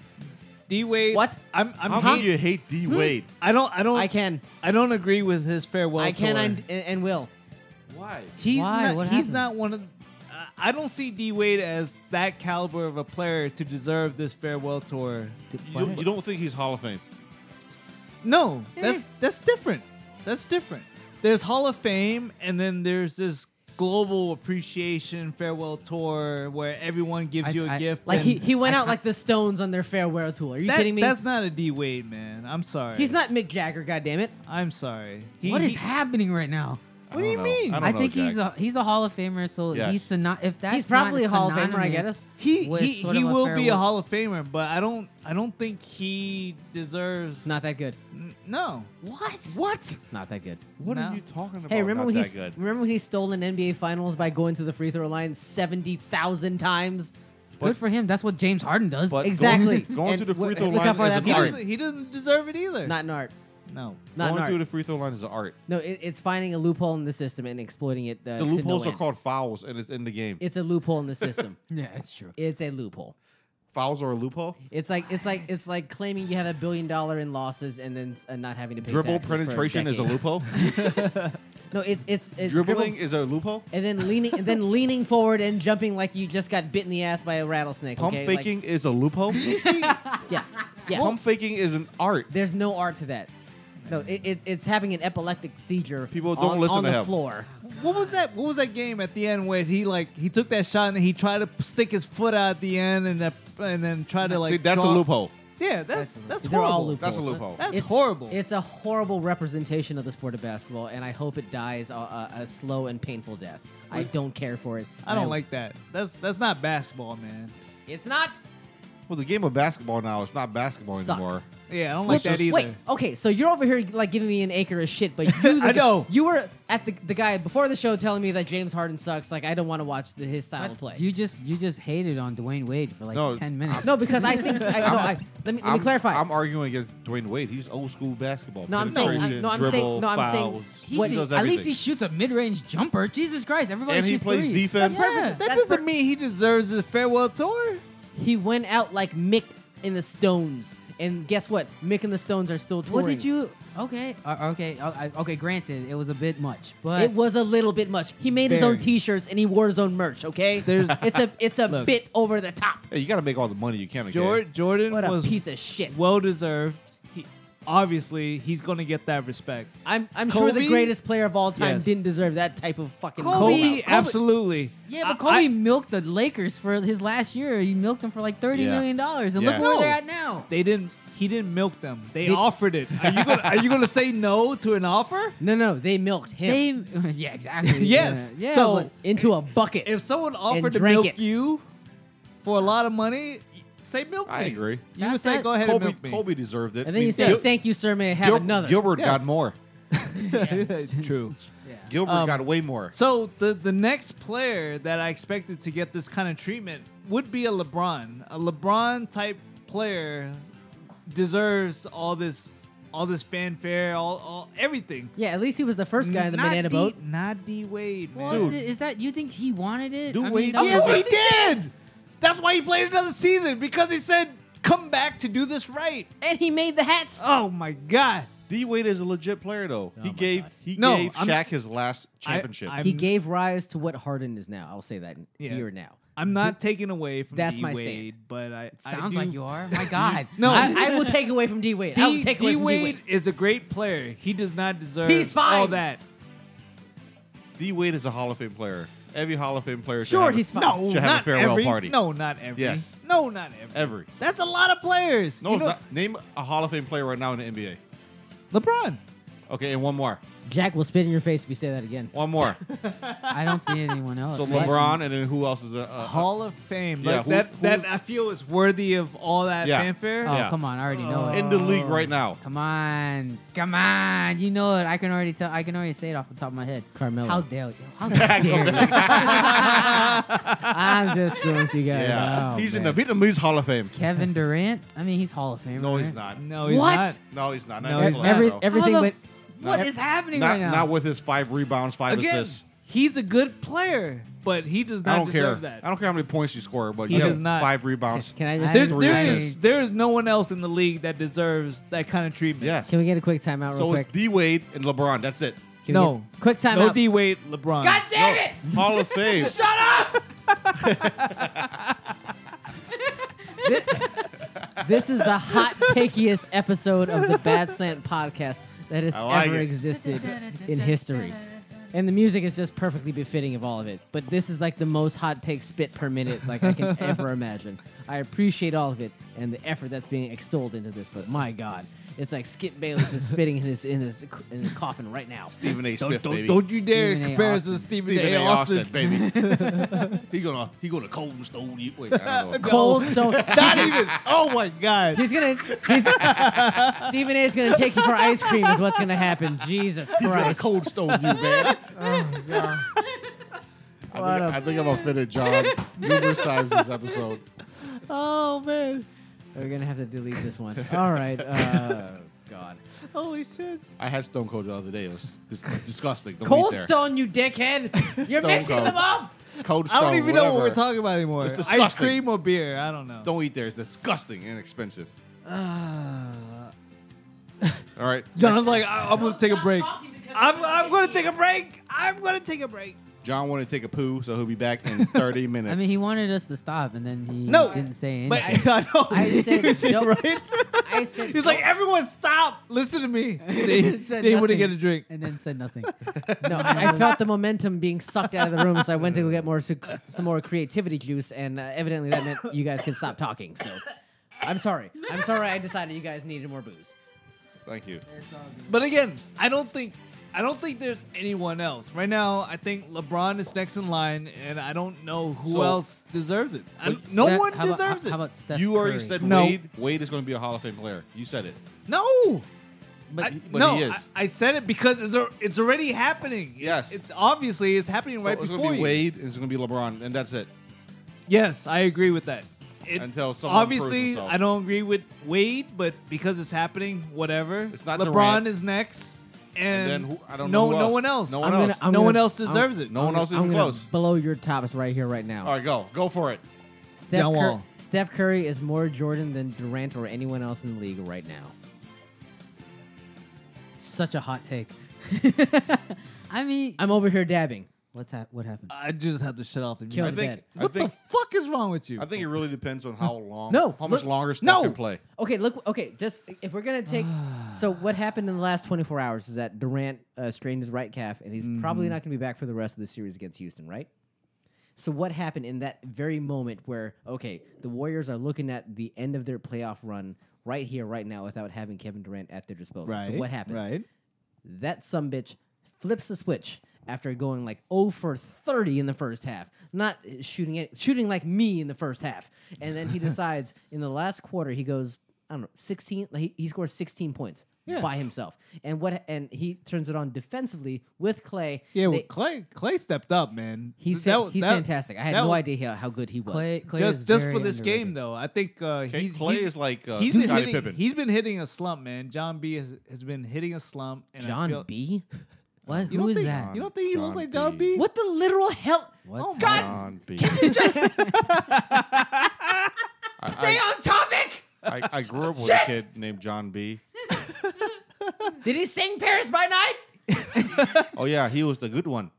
S3: D Wade.
S1: What?
S3: I'm. I'm.
S5: How
S3: hate-
S5: can you hate D Wade?
S3: I don't. I don't.
S1: I can
S3: I don't agree with his farewell.
S1: I can
S3: tour.
S1: and, and will.
S5: Why?
S3: He's
S2: Why?
S3: not.
S2: What
S3: he's
S2: happened?
S3: not one of. I- I don't see D Wade as that caliber of a player to deserve this farewell tour.
S5: You, you don't think he's Hall of Fame?
S3: No,
S2: Eh.
S3: that's that's different. That's different. There's Hall of Fame, and then there's this global appreciation farewell tour where everyone gives
S2: I-
S3: you a
S2: I-
S3: gift.
S1: Like
S3: and
S1: he, he went
S2: I-
S1: out like the Stones on their farewell tour. Are you
S3: that-
S1: kidding me?
S3: That's not a D Wade, man. I'm sorry.
S1: He's not Mick Jagger. God damn it.
S3: I'm sorry. He-
S2: what is
S3: he-
S2: happening right now?
S3: What do you mean?
S5: I don't
S2: I
S5: know,
S2: think he's
S5: Jack.
S2: a he's a Hall of Famer, so
S5: Yes.
S2: he's syno- if that's
S1: He's probably
S2: not
S1: a Hall of Famer, I
S2: synonymous
S1: guess.
S3: He
S2: with
S3: he,
S2: sort
S3: he
S2: of a
S3: will be a
S2: farewell-
S3: Hall of Famer, but I don't I don't think he deserves
S1: Not that good.
S3: N- no.
S2: What?
S5: What?
S1: Not that good.
S5: What
S3: No.
S5: are you talking about?
S1: Hey, remember
S5: Not
S1: when he
S5: that
S1: s-
S5: good.
S1: remember when he stole an NBA Finals by going to the free throw line seventy thousand times?
S2: Good for him. That's what James Harden does.
S5: But
S1: Exactly.
S5: going, going to
S1: And
S5: the free
S1: wh-
S5: throw
S1: look how
S5: line
S1: far
S5: is
S1: that's
S5: an
S3: He
S1: gotten.
S5: art.
S3: doesn't, he doesn't deserve it either.
S1: Not an art.
S3: no.
S1: Not an
S5: going
S1: art.
S5: to the free throw line is an art.
S1: no, it, it's finding a loophole in the system and exploiting it. Uh,
S5: The
S1: to no
S5: loopholes are
S1: end.
S5: called fouls, and it's in the game.
S1: It's a loophole in the system. (laughs)
S2: yeah, that's true.
S1: it's a loophole.
S5: Fouls are a loophole.
S1: It's like it's like it's like claiming you have a billion dollar in losses and then uh, not having to pay.
S5: Dribble
S1: taxes for
S5: penetration is a
S1: decade. (laughs)
S5: loophole.
S1: No, it's it's, it's dribble-
S5: Dribbling is a loophole.
S1: and then leaning and then leaning forward and jumping like you just got bit in the ass by a rattlesnake.
S5: Pump
S1: okay? Like,
S5: faking is
S1: (laughs)
S5: a loophole. (laughs)
S1: yeah, yeah.
S5: Pump faking is an art.
S1: There's no art to that. No, it, it, it's having an epileptic seizure.
S5: People don't
S1: on,
S5: listen
S1: on
S5: to
S1: the
S5: him.
S1: floor.
S3: What was that? What was that game at the end where he like he took that shot and he tried to stick his foot out at the end and that, and then try to like
S5: See, that's a
S3: draw-
S5: loophole.
S3: Yeah, that's that's,
S1: They're
S3: horrible.
S1: all loopholes.
S5: That's a loophole.
S3: That's horrible.
S1: It's a horrible representation of the sport of basketball, and I hope it dies a, a, a slow and painful death. I don't care for it.
S3: I don't like that. That's that's not basketball, man.
S1: It's not.
S5: Well, the game of basketball now is not basketball
S1: Sucks.
S5: anymore.
S3: Yeah, I don't like
S1: Well,
S3: that either.
S1: Wait, okay, so you're over here like giving me an acre of shit, but you, the
S3: I
S1: gu-
S3: know.
S1: you were at the, the guy before the show telling me that James Harden sucks. Like I don't want to watch the, his style of play.
S2: You just you just hated on Dwayne Wade for like
S5: No,
S2: ten minutes. (laughs)
S1: no, because I think I, no. I, let me let me
S5: I'm-
S1: clarify.
S5: I'm arguing against Dwayne Wade. He's old school basketball.
S1: No, I'm saying-
S5: Penetration,
S1: I- no, I'm saying-
S5: dribble,
S1: no, I'm saying
S5: fouls.
S2: He
S5: he
S2: just-
S5: does
S2: at least
S5: everything.
S2: he shoots a mid-range jumper. Jesus Christ, everybody
S5: and he
S2: shoots
S5: plays
S2: three.
S5: defense.
S2: That's perfect.
S3: that
S1: That's
S3: doesn't
S1: per-
S3: mean he deserves a farewell tour.
S1: he went out like Mick in the Stones, and guess what? Mick and the Stones are still touring.
S2: What did you? Okay, uh, okay, uh, I- okay. Granted, it was a bit much, but
S1: It was a little bit much. He made his own
S3: Very.
S1: T-shirts and he wore his own merch. Okay,
S3: There's-
S1: it's a it's a
S3: (laughs) Look.
S1: bit over the top.
S5: Hey, you got to make all the money you can. Okay?
S3: Jor- Jordan
S1: What a
S3: was
S1: piece of shit.
S3: well deserved. He obviously he's gonna get that respect.
S1: I'm I'm sure the
S3: Kobe?
S1: greatest player of all time
S3: Yes.
S1: didn't deserve that type of fucking.
S2: Kobe-
S1: call-out.
S3: Kobe, absolutely.
S2: yeah, but Kobe
S3: I- I-
S2: milked the Lakers for his last year. He milked them for like thirty
S5: Yeah.
S2: million dollars, and
S5: Yeah.
S2: look where
S3: No.
S2: they're at now.
S3: they didn't. He didn't milk them. They
S1: Did-
S3: offered it. Are you gonna, are you gonna say no to an offer?
S1: No, no, they milked him
S2: They, (laughs) yeah, exactly.
S3: Yes.
S2: Yeah. yeah,
S3: So-
S2: but-
S1: into a bucket.
S3: If someone offered to
S1: drank
S3: milk
S1: it.
S3: you for a lot of money, y- say milk me.
S5: I agree.
S3: You would
S2: That's
S3: say
S2: it.
S3: go ahead
S5: Kobe,
S3: and milk me.
S5: Kobe deserved it.
S1: and then you say,
S5: Gil-
S1: "Thank you, sir. May I have
S5: Gil-
S1: another?"
S5: Gilbert
S3: Yes.
S5: got
S1: (laughs)
S5: more. (laughs)
S3: it's true.
S5: Gilbert
S3: Um,
S5: got way more.
S3: So the the next player that I expected to get this kind of treatment would be a LeBron. A LeBron type player deserves all this all this fanfare, all, all everything.
S1: yeah, at least he was the first guy in the
S3: Not
S1: banana
S3: D-
S1: boat.
S3: Not D Wade, man.
S2: Well, th- is that you think he wanted it?
S5: Dude,
S2: I
S5: Wade-
S2: mean, that
S5: Yes,
S2: was-
S5: he
S3: he did. That's why he played another season because he said, "Come back to do this right."
S1: And he made the hats.
S3: Oh my god!
S5: D Wade is a legit player though. he
S1: my
S5: gave
S1: God.
S5: he
S3: Oh No,
S5: gave
S3: I'm-
S5: Shaq his last
S3: I-
S5: championship.
S3: I'm-
S1: he gave rise to what Harden is now. I'll say that
S3: Yeah.
S1: here now.
S3: I'm not taking away from
S1: That's
S3: D
S1: my stand.
S3: Wade, but I I
S2: Sounds
S3: do-
S2: like you are.
S5: (laughs)
S2: My God.
S3: No, (laughs)
S1: I, I will take away from D Wade. I will
S3: D,
S1: take away
S3: D
S1: from D Wade.
S3: Wade is a great player. He does not deserve
S1: He's fine.
S3: all that.
S5: D Wade is a Hall of Fame player. Every Hall of Fame player. should
S1: Sure,
S5: have a-
S1: he's fine.
S3: No,
S5: Should have a
S3: not
S5: farewell
S3: every.
S5: party.
S3: No, not every.
S5: Yes.
S3: No, not every.
S5: Every.
S3: That's a lot of players.
S5: No,
S3: You
S5: it's
S3: know-
S5: not. Name a Hall of Fame player right now in the NBA.
S3: LeBron.
S5: Okay, and one more.
S1: Jack will spit in your face if you say that again.
S5: One
S3: (laughs)
S5: more.
S2: I don't see anyone else.
S5: so
S2: What?
S5: LeBron, and then who else is uh, a, a-
S3: Hall of Fame.
S5: Yeah,
S3: like
S5: who-
S3: that.
S5: who-
S3: that I feel is worthy of all that
S5: Yeah.
S3: fanfare.
S2: Oh,
S5: Yeah.
S2: come on! I already know it.
S5: in the league right now?
S2: Come on, come on! You know it. I can already tell. I can already say it off the top of my head.
S1: Carmelo.
S2: How dare you?
S3: (laughs)
S2: How dare you?
S1: I'm just screwing with you guys.
S5: Yeah,
S2: Oh,
S5: he's in
S2: man.
S5: the Vietnamese Hall of Fame.
S2: Kevin Durant? I mean, he's Hall of Fame.
S5: No, he's not.
S3: No, he's
S2: What?
S3: not.
S5: No, he's not.
S3: No,
S5: even
S3: he's
S5: close,
S3: not.
S1: Every,
S5: bro.
S1: everything
S2: How the
S1: went.
S2: What is happening
S5: not
S2: right now?
S5: not with his five rebounds, five
S3: Again,
S5: assists.
S3: he's a good player, but he does not
S5: I don't care.
S3: deserve that.
S5: I don't care how many points you score, but
S3: He
S5: you have
S3: does not.
S5: five rebounds.
S1: Can I just?
S3: There's,
S5: Three
S3: there
S5: assists.
S3: is there is no one else in the league that deserves that kind of treatment.
S5: Yes.
S1: Can we get a quick timeout real
S5: So
S1: quick?
S5: it's D Wade and LeBron. That's it.
S1: Can we
S3: No.
S1: get- quick timeout.
S3: No D Wade, LeBron.
S2: God damn
S5: No,
S2: it!
S5: Hall of Fame.
S1: This is the hot takiest episode of the Bad Slant podcast that has
S5: I like
S1: ever
S5: it.
S1: existed in history. And the music is just perfectly befitting of all of it. But this is like the most hot take spit per minute like I
S5: (laughs)
S1: can ever imagine. I appreciate all of it and the effort that's being extolled into this, but my god, it's like Skip Bayless is spitting in his in his in his coffin right now.
S5: Stephen A. Smith,
S3: Don't,
S5: baby.
S3: don't you dare
S2: Stephen A.
S3: compare us to
S2: Austin.
S3: Stephen,
S5: Stephen
S3: A. Austin.
S5: baby. he gonna he gonna cold and stone you. Wait, I don't know.
S1: Cold
S5: (laughs)
S1: so
S3: Not even. Oh my
S1: (laughs)
S3: God.
S1: He's gonna. He's, Stephen A. is gonna take you for ice cream. Is what's gonna happen. Jesus
S5: gonna
S1: Christ!
S5: cold stone you, man. I,
S1: What
S5: think,
S1: a-
S5: I think I'm offended John numerous times this episode.
S3: oh man.
S1: We're gonna have to delete this one. All right. Uh, God.
S3: Holy shit.
S5: I had Stone Cold the other day. It was dis- disgusting. Don't
S1: Cold
S5: eat there.
S1: Stone, you (laughs) dickhead! You're
S5: Stone
S1: mixing
S5: Cold.
S1: them up.
S5: Cold Stone.
S3: I don't even know what
S5: whatever.
S3: we're talking about anymore.
S5: It's disgusting.
S3: Ice cream or beer? I don't know.
S5: Don't eat there. It's disgusting and expensive.
S3: Uh,
S5: All right,
S3: John's like, I, am gonna take a
S1: Stop
S3: break.
S1: talking because
S3: I'm,
S1: you're
S3: I'm gonna take a
S1: making-
S3: break. I'm gonna take a break.
S5: John wanted to take a poo, so he'll be back in 30 minutes.
S2: I mean, he wanted us to stop, and then he
S3: No.
S2: didn't say anything.
S3: But (laughs) I know.
S1: I said (laughs)
S3: Seriously,
S1: no.
S3: right?
S1: I said.
S3: He's like, everyone stop. Listen
S5: (laughs)
S3: to me.
S2: (laughs)
S3: They, (laughs)
S2: Said
S3: they wouldn't
S2: nothing.
S3: get a drink.
S2: and then said nothing.
S1: (laughs) no. I felt the momentum being sucked out of the room, so I went to go get more su- some more creativity juice, and uh, evidently that meant you guys could stop talking. So, I'm sorry. I'm sorry. I decided you guys needed more booze.
S5: Thank you.
S3: But again, I don't think I don't think there's anyone else right now. I think LeBron is next in line, and I don't know who
S5: So-
S3: else deserves it. I-
S5: But
S3: (laughs) no
S2: Steph-
S3: one
S2: how about-
S3: deserves
S2: how,
S3: it.
S2: How about Steph
S5: you already
S2: Curry?
S5: said
S3: No.
S5: Wade. Wade is going to be a Hall of Fame player. You said it.
S3: no,
S5: But,
S3: I-
S5: but
S3: no,
S5: he is.
S3: I, I said it because it's, al- it's already happening.
S5: Yes.
S3: it's obviously it's happening
S5: So
S3: right
S5: it's
S3: before
S5: going to be
S3: you.
S5: Wade. and It's going to be LeBron, and that's it.
S3: Yes, I agree with that. It,
S5: Until someone proves
S3: obviously,
S5: himself.
S3: I don't agree with Wade, but because it's happening, whatever.
S5: It's not
S3: LeBron
S5: Durant.
S3: is next,
S5: And
S3: and,
S5: then who- I don't know
S3: no,
S5: who
S3: no
S5: else.
S3: one else.
S5: No
S3: No
S5: one
S3: one,
S5: I'm
S1: gonna-
S5: else.
S1: I'm gonna-
S3: else
S1: I'm-
S3: deserves it.
S5: No one else
S1: I'm
S5: even
S1: gonna
S5: close.
S1: Blow your tops right here, right now.
S5: All right, go. Go for it.
S1: Steph,
S3: John
S1: Cur-
S3: Wall.
S1: Steph Curry is more Jordan than Durant or anyone else in the league right now.
S2: such a hot take. I mean,
S1: I'm over here dabbing.
S2: what's hap- what happened?
S3: I just have to shut off the
S1: Kill
S5: I
S1: the
S3: music.
S5: think.
S1: bed.
S5: I
S3: What
S5: think.
S3: the fuck is wrong with you?
S5: I think it really depends on how long.
S1: No,
S5: How much
S1: look-
S5: longer Steph
S3: no.
S5: can play.
S1: Okay, look. Okay, just if we're gonna take,
S3: (sighs)
S1: so what happened in the last 24 hours is that Durant uh, strained his right calf, and he's probably
S3: Mm-hmm.
S1: not gonna be back for the rest of the series against Houston, right? So what happened in that very moment where okay, the Warriors are looking at the end of their playoff run right here, right now, without having Kevin Durant at their disposal. so what happens?
S3: Right.
S1: That some bitch flips the switch after going like 0 for 30 in the first half, not shooting it, shooting like me in the first half. And
S3: (laughs)
S1: then he decides in the last quarter he goes, I don't know, 16 like he, he scores 16 points by himself. And what and he turns it on defensively with Clay.
S3: Yeah, well,
S1: They-
S3: Clay Clay stepped up, man.
S1: He's
S3: That
S1: fan-
S3: was-
S1: he's
S3: that-
S1: fantastic. I had
S3: that
S1: no
S3: was-
S1: idea how, how good he was.
S2: Clay, Clay
S3: Just
S2: is
S3: just
S2: very
S3: for this game,
S2: underrated.
S3: though, I think uh,
S5: Okay,
S3: he's,
S5: Clay
S3: he's-
S5: is like, uh,
S3: he's been
S5: Scottie
S3: hitting,
S5: Pippen.
S3: He's been hitting a slump, man. John B has, has been hitting a slump. And I
S1: John
S3: feel- (laughs)
S1: B.
S2: What?
S3: You
S2: Who
S3: don't
S2: is
S3: think-
S2: that?
S3: You don't think he
S5: John
S3: looks like
S5: B.
S3: John B?
S1: What the literal hell?
S2: What?
S3: Oh
S1: God
S5: John B.
S1: Stay on topic.
S5: I, I grew up with a kid named John B.
S1: Did he sing Paris by Night?
S5: Oh yeah, he was the good one.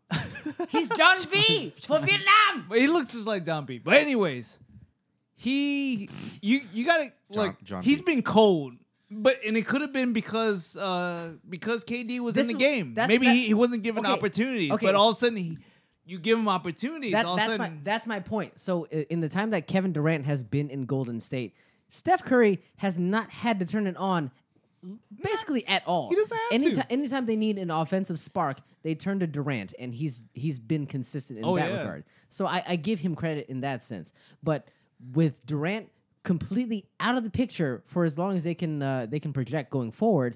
S1: He's
S3: (laughs)
S1: John B for Vietnam.
S3: But he looks just like John B. But anyways, he you you gotta like
S5: John
S3: he's
S5: B.
S3: been cold. But and it could have been because uh because KD was
S1: This
S3: in the
S1: is-
S3: game.
S1: that's-
S3: Maybe
S1: that-
S3: he, he wasn't given
S1: okay,
S3: opportunities.
S1: okay,
S3: but all
S1: so-
S3: of a sudden he, you give him opportunities.
S1: That,
S3: all
S1: that's
S3: of a
S1: my
S3: sudden,
S1: that's my point. So i- in the time that Kevin Durant has been in Golden State, Steph Curry has not had to turn it on basically at all.
S3: he doesn't have
S1: anytime,
S3: to.
S1: Anytime they need an offensive spark, they turn to Durant, and he's he's been consistent in
S3: Oh,
S1: that
S3: yeah.
S1: regard. So I, I give him credit in that sense. But with Durant completely out of the picture for as long as they can uh, they can project going forward,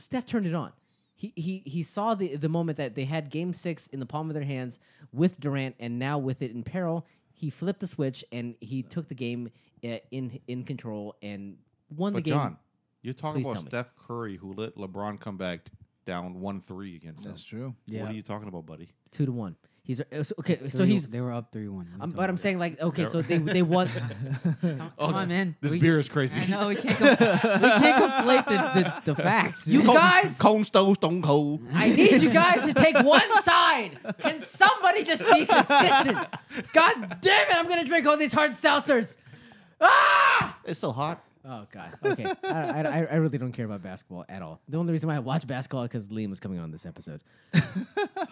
S1: Steph turned it on. He, he, he saw the, the moment that they had game six in the palm of their hands with Durant and now with it in peril. He flipped the switch and he took the game uh, in in control and won the
S5: But
S1: game.
S5: John, you're talking
S1: Please
S5: about
S1: tell me.
S5: Steph Curry who let LeBron come back down one three against us.
S3: true.
S5: What are you talking about, buddy?
S1: two to one. He's uh, so- okay. So
S2: Three-
S1: he's.
S2: they were up three one.
S1: I'm, but I'm saying like okay, so they they won.
S2: come, come on, man.
S5: This
S2: We-
S5: beer is crazy.
S2: I (laughs) know we can't. Compl- we can't conflate the, the, the facts.
S1: You
S2: man.
S1: guys,
S5: Cone Stone Stone Cold.
S1: I need you guys to take one side. Can somebody just be consistent? God damn it! I'm gonna drink all these hard seltzers. Ah!
S6: It's so hot.
S1: Oh God. Okay. I, I, I really don't care about basketball at all. The only reason why I watch basketball is because Liam is coming on this episode.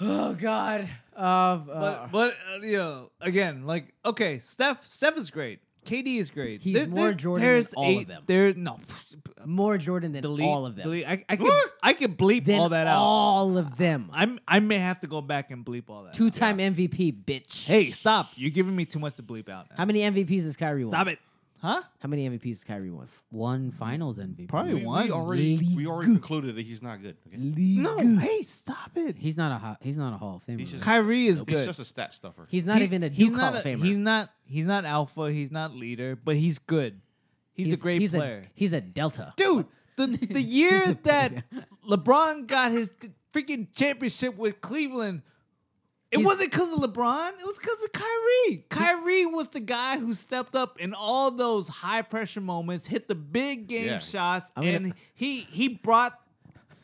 S1: oh God. Um, uh,
S3: But but uh, you know again like okay Steph Steph is great. KD is great.
S1: He's more Jordan than
S3: there's
S1: all of
S3: eight-
S1: them.
S3: There no (laughs)
S1: more Jordan than
S3: delete
S1: all of them.
S3: delete.
S1: (laughs)
S3: I, I can I can bleep
S1: Than
S3: all that out.
S1: All of them.
S3: I'm I may have to go back and bleep all that. out.
S1: Two-time MVP, bitch.
S3: Hey, stop! You're giving me too much to bleep out.
S1: How
S3: Now.
S1: many MVPs has Kyrie won?
S3: Stop it, huh?
S1: How many MVPs has Kyrie won?
S2: one Finals MVP.
S3: Probably
S5: We,
S3: one.
S5: we already we already concluded that he's not good. Okay?
S3: no, hey, stop it.
S2: He's not a ho- he's not a Hall of Famer.
S5: He's just-
S2: right?
S3: Kyrie is
S5: He's
S3: good.
S5: just a stat stuffer.
S1: He's not
S3: He-
S1: even a
S3: he's
S1: Duke
S3: not
S1: Hall of
S3: a-
S1: Famer.
S3: He's not. He's not alpha. He's not leader. But he's good. He's, a great player,
S1: he's a Delta.
S3: (laughs) dude. The the year that LeBron got his th- freaking championship with Cleveland. It
S1: He's-
S3: wasn't because of LeBron. It was because of Kyrie. Kyrie was the guy who stepped up in all those high pressure moments, hit the big game
S5: Yeah.
S3: shots,
S1: I'm gonna-
S3: and he he brought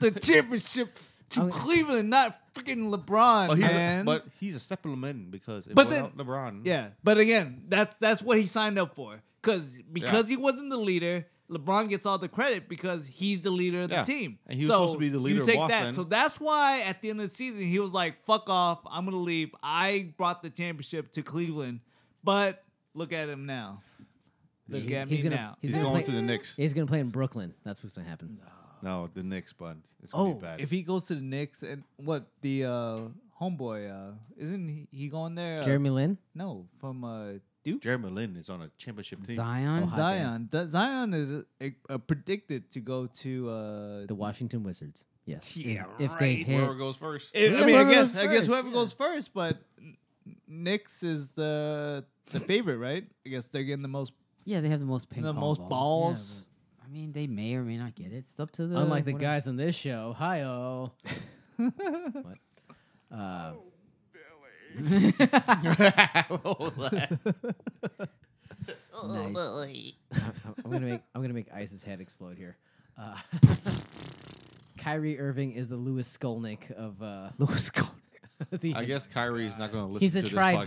S3: the championship to
S1: I'm-
S3: Cleveland, not freaking LeBron,
S5: But Oh, he's, a,
S3: man.
S5: but he's a supplement because it
S3: But
S5: went
S3: then-
S5: out LeBron.
S3: yeah, but again, that's that's what he signed up for. Cause because he wasn't the leader, LeBron gets all the credit because he's the leader of
S5: Yeah,
S3: the team.
S5: and he was
S3: so
S5: supposed to be the leader
S3: You
S5: of
S3: take
S5: Boston.
S3: that. So that's why at the end of the season he was like, "Fuck off, I'm gonna leave. I brought the championship to Cleveland." But look at him now. Look
S1: He's-
S3: at
S1: he's
S3: me
S1: gonna-
S3: now.
S1: he's
S5: he's
S1: gonna
S5: going
S1: play-
S5: to the Knicks.
S1: He's gonna play in Brooklyn. That's what's gonna happen.
S5: No, the Knicks, but it's gonna
S3: Oh,
S5: be bad.
S3: if he goes to the Knicks and what the uh, homeboy uh, isn't he, he going there? Uh,
S1: Jeremy Lin.
S3: no, from uh, Duke.
S5: Jeremy Lin is on a championship team.
S2: Zion.
S1: Oh, hot
S3: Zion. Th- Zion is uh, uh, predicted to go to uh,
S1: The Washington Wizards. Yes.
S4: Yeah,
S2: if
S4: right.
S2: they hit,
S5: Whoever goes
S3: (laughs)
S5: first. (laughs)
S3: I- I
S1: Yeah,
S3: mean, I
S1: whoever
S3: guess
S1: goes
S3: I guess
S1: first,
S3: whoever
S1: yeah.
S3: goes first, but N- Knicks is the the favorite, right? I guess they're getting the most (laughs)
S2: yeah, they have the most ping
S3: the
S2: pong
S3: most
S2: balls.
S3: balls.
S2: Yeah, but, I mean, they may or may not get it. It's up to the
S1: Unlike the
S2: whatever.
S1: guys on this show, hi-oh. what? Uh,
S6: Oh, boy.
S1: I'm, I'm gonna make I'm gonna make Ice's head explode here. Uh, (laughs) Kyrie Irving is the Lewis Skolnick of
S3: (laughs)
S1: uh, Lewis Skolnick. (laughs)
S5: I guess Kyrie is not going to listen
S1: He's
S5: to
S1: a
S5: this
S1: tri
S5: podcast.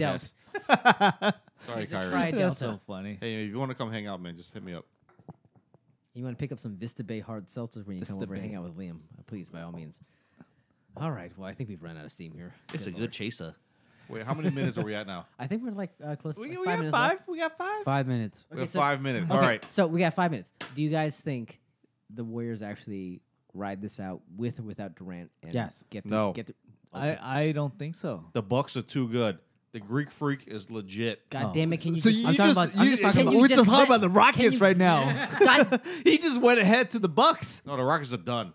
S1: delt.
S5: Sorry,
S1: He's a
S5: Kyrie.
S1: tri
S3: That's
S1: delta.
S3: so funny.
S5: Hey, if you want to come hang out, man, just hit me up.
S1: You want to pick up some Vista Bay hard seltzers when you come
S3: Vista
S1: over and hang
S3: Bay.
S1: out with Liam? uh, Please, by all means. All right. Well, I think we've run out of steam here.
S6: It's a good chaser.
S5: Wait, how many minutes are we at now?
S1: I think we're like uh, close to
S3: We,
S1: like five
S3: we got
S1: minutes
S3: five.
S1: left.
S3: We got five.
S2: five minutes.
S5: we
S1: Okay,
S5: have
S1: so-
S5: five minutes. All
S1: Okay,
S5: right.
S1: So we got five minutes. Do you guys think the Warriors actually ride this out with or without Durant? And
S2: Yes.
S1: Get the,
S5: No.
S1: Get the,
S3: I I don't think so.
S5: The Bucks are too good. The Greek Freak is legit.
S1: God damn it! Can
S3: (laughs)
S1: you
S3: So
S1: just
S3: you
S2: I'm talking
S3: just,
S2: about- I'm
S3: you-
S2: just talking
S3: can
S2: about-
S3: you
S1: We're
S3: just
S1: just
S3: talking
S1: let-
S3: about the Rockets right now.
S1: (laughs) God-
S3: (laughs) he just went ahead to the Bucks.
S5: No, the Rockets are done.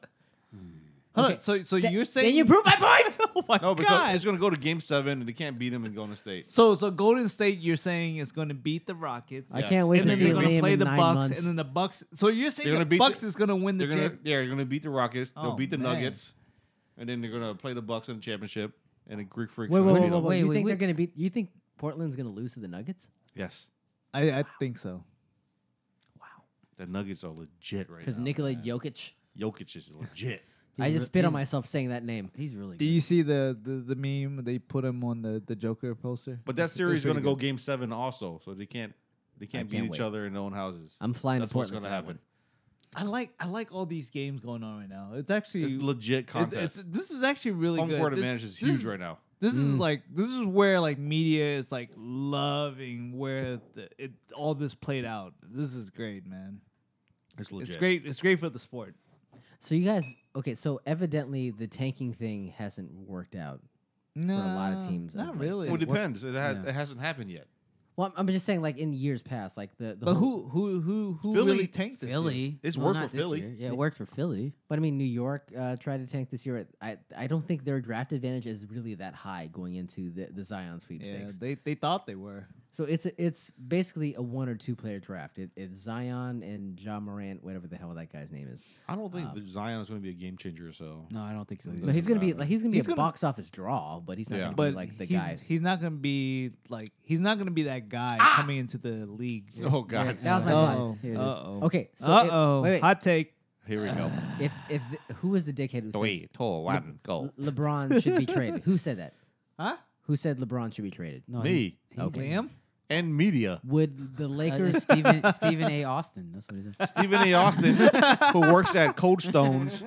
S3: Hold
S1: Okay.
S3: on, So, so
S1: Th-
S3: you're
S1: then
S3: saying
S1: you prove my
S3: point? (laughs) oh my
S5: No, because
S3: god!
S5: it's going to go to Game Seven, and they can't beat them in Golden State.
S3: So, so Golden State, you're saying is going to beat the Rockets.
S1: I can't wait to
S3: and then
S1: see
S3: they're going to
S1: Liam
S3: play
S1: in
S3: the
S1: nine
S3: Bucks,
S1: months.
S3: and then the Bucks. So you're saying
S5: They're gonna
S3: the
S5: beat
S3: Bucks
S5: the-
S3: is going to win the
S5: They're going to,
S3: champ.
S5: yeah, they're going to beat the Rockets. They'll
S3: Oh,
S5: beat the
S3: man.
S5: Nuggets, and then they're going to play the Bucks in the championship. And the Greek Freak.
S1: Wait, wait, wait, wait, wait,
S2: wait,
S1: You
S2: wait,
S1: think
S2: wait.
S1: they're gonna beat? You think Portland's gonna lose to the Nuggets?
S5: Yes,
S3: I, I think so.
S5: the Nuggets are legit right
S1: Because
S5: now.
S1: Nikola Jokic.
S5: Jokic is legit.
S1: I
S2: He's
S1: just
S2: re-
S1: spit on
S2: he's-
S1: myself saying that name.
S2: He's really
S3: Do
S2: good.
S3: you see the, the, the meme they put him on the, the Joker poster?
S5: But that
S3: It's- it's
S5: series is going
S3: pretty
S5: to go
S3: good.
S5: Game Seven also, so they can't they can't, beat
S1: can't
S5: each
S1: wait.
S5: other in their own houses.
S1: I'm flying
S5: That's
S1: to
S5: what's
S1: Portland.
S5: going to
S1: for that one.
S5: happen.
S3: I like I like all these games going on right now. It's actually
S5: It's legit
S3: it's-
S5: contest.
S3: it's- this is actually really
S5: Home
S3: good.
S5: court
S3: This-
S5: advantage is
S3: this
S5: huge right now.
S3: This is
S1: Mm.
S3: like this is where like media is like loving where the, it all this played out. This is great, man.
S5: It's legit.
S3: It's great. It's great for the sport.
S1: So you guys, okay? So evidently the tanking thing hasn't worked out.
S3: No,
S1: lot of teams, I
S3: not
S1: think.
S3: really.
S5: Well, it depends. It, ha-
S2: yeah.
S5: it hasn't happened yet.
S1: Well, I'm, I'm just saying, like in years past, like the, the
S3: but
S1: whole-
S3: who who who who
S5: Philly-
S3: really tanked this? year?
S2: Philly.
S5: It's
S2: No,
S5: worked
S2: not
S5: for
S2: this
S5: Philly.
S2: year. Yeah, it worked for Philly.
S1: But I mean, New York uh, tried to tank this year. I I don't think their draft advantage is really that high going into the, the Zion
S3: Yeah,
S1: sweepstakes.
S3: they they thought they were.
S1: So it's a, it's basically a one or two player draft. It, it's Zion and John Morant, whatever the hell that guy's name is.
S5: I don't think the Zion is going to be a game changer. So
S2: No, I don't think so.
S1: No,
S2: (laughs)
S1: he's gonna be
S5: matter.
S1: like he's gonna be
S3: He's
S1: a
S3: gonna-
S1: box office draw, but he's not
S5: Yeah.
S1: gonna
S3: But
S1: be like the
S3: he's, (laughs)
S1: guy. Ah!
S3: he's not gonna be like he's not gonna be that guy coming into the league.
S5: oh god,
S1: That was my
S3: Uh-oh.
S1: thoughts. Here it is.
S3: Uh-oh.
S1: Okay, so it-
S3: Uh-oh.
S1: wait, wait.
S3: Hot take.
S5: here we go.
S1: if if the, who was the dickhead who said
S5: Three, two, one, go.
S1: Le- LeBron should be
S3: (laughs)
S1: traded? Who said that?
S3: Huh?
S1: Who said LeBron should be traded?
S2: No, he's-
S5: Me
S2: he's-
S3: Liam?
S5: and media.
S1: Would the
S2: Uh, it's
S1: Lakers?
S2: Stephen, Stephen A. Austin. That's what he
S5: (laughs)
S2: said.
S5: Stephen A. Austin, who works at Cold Stones,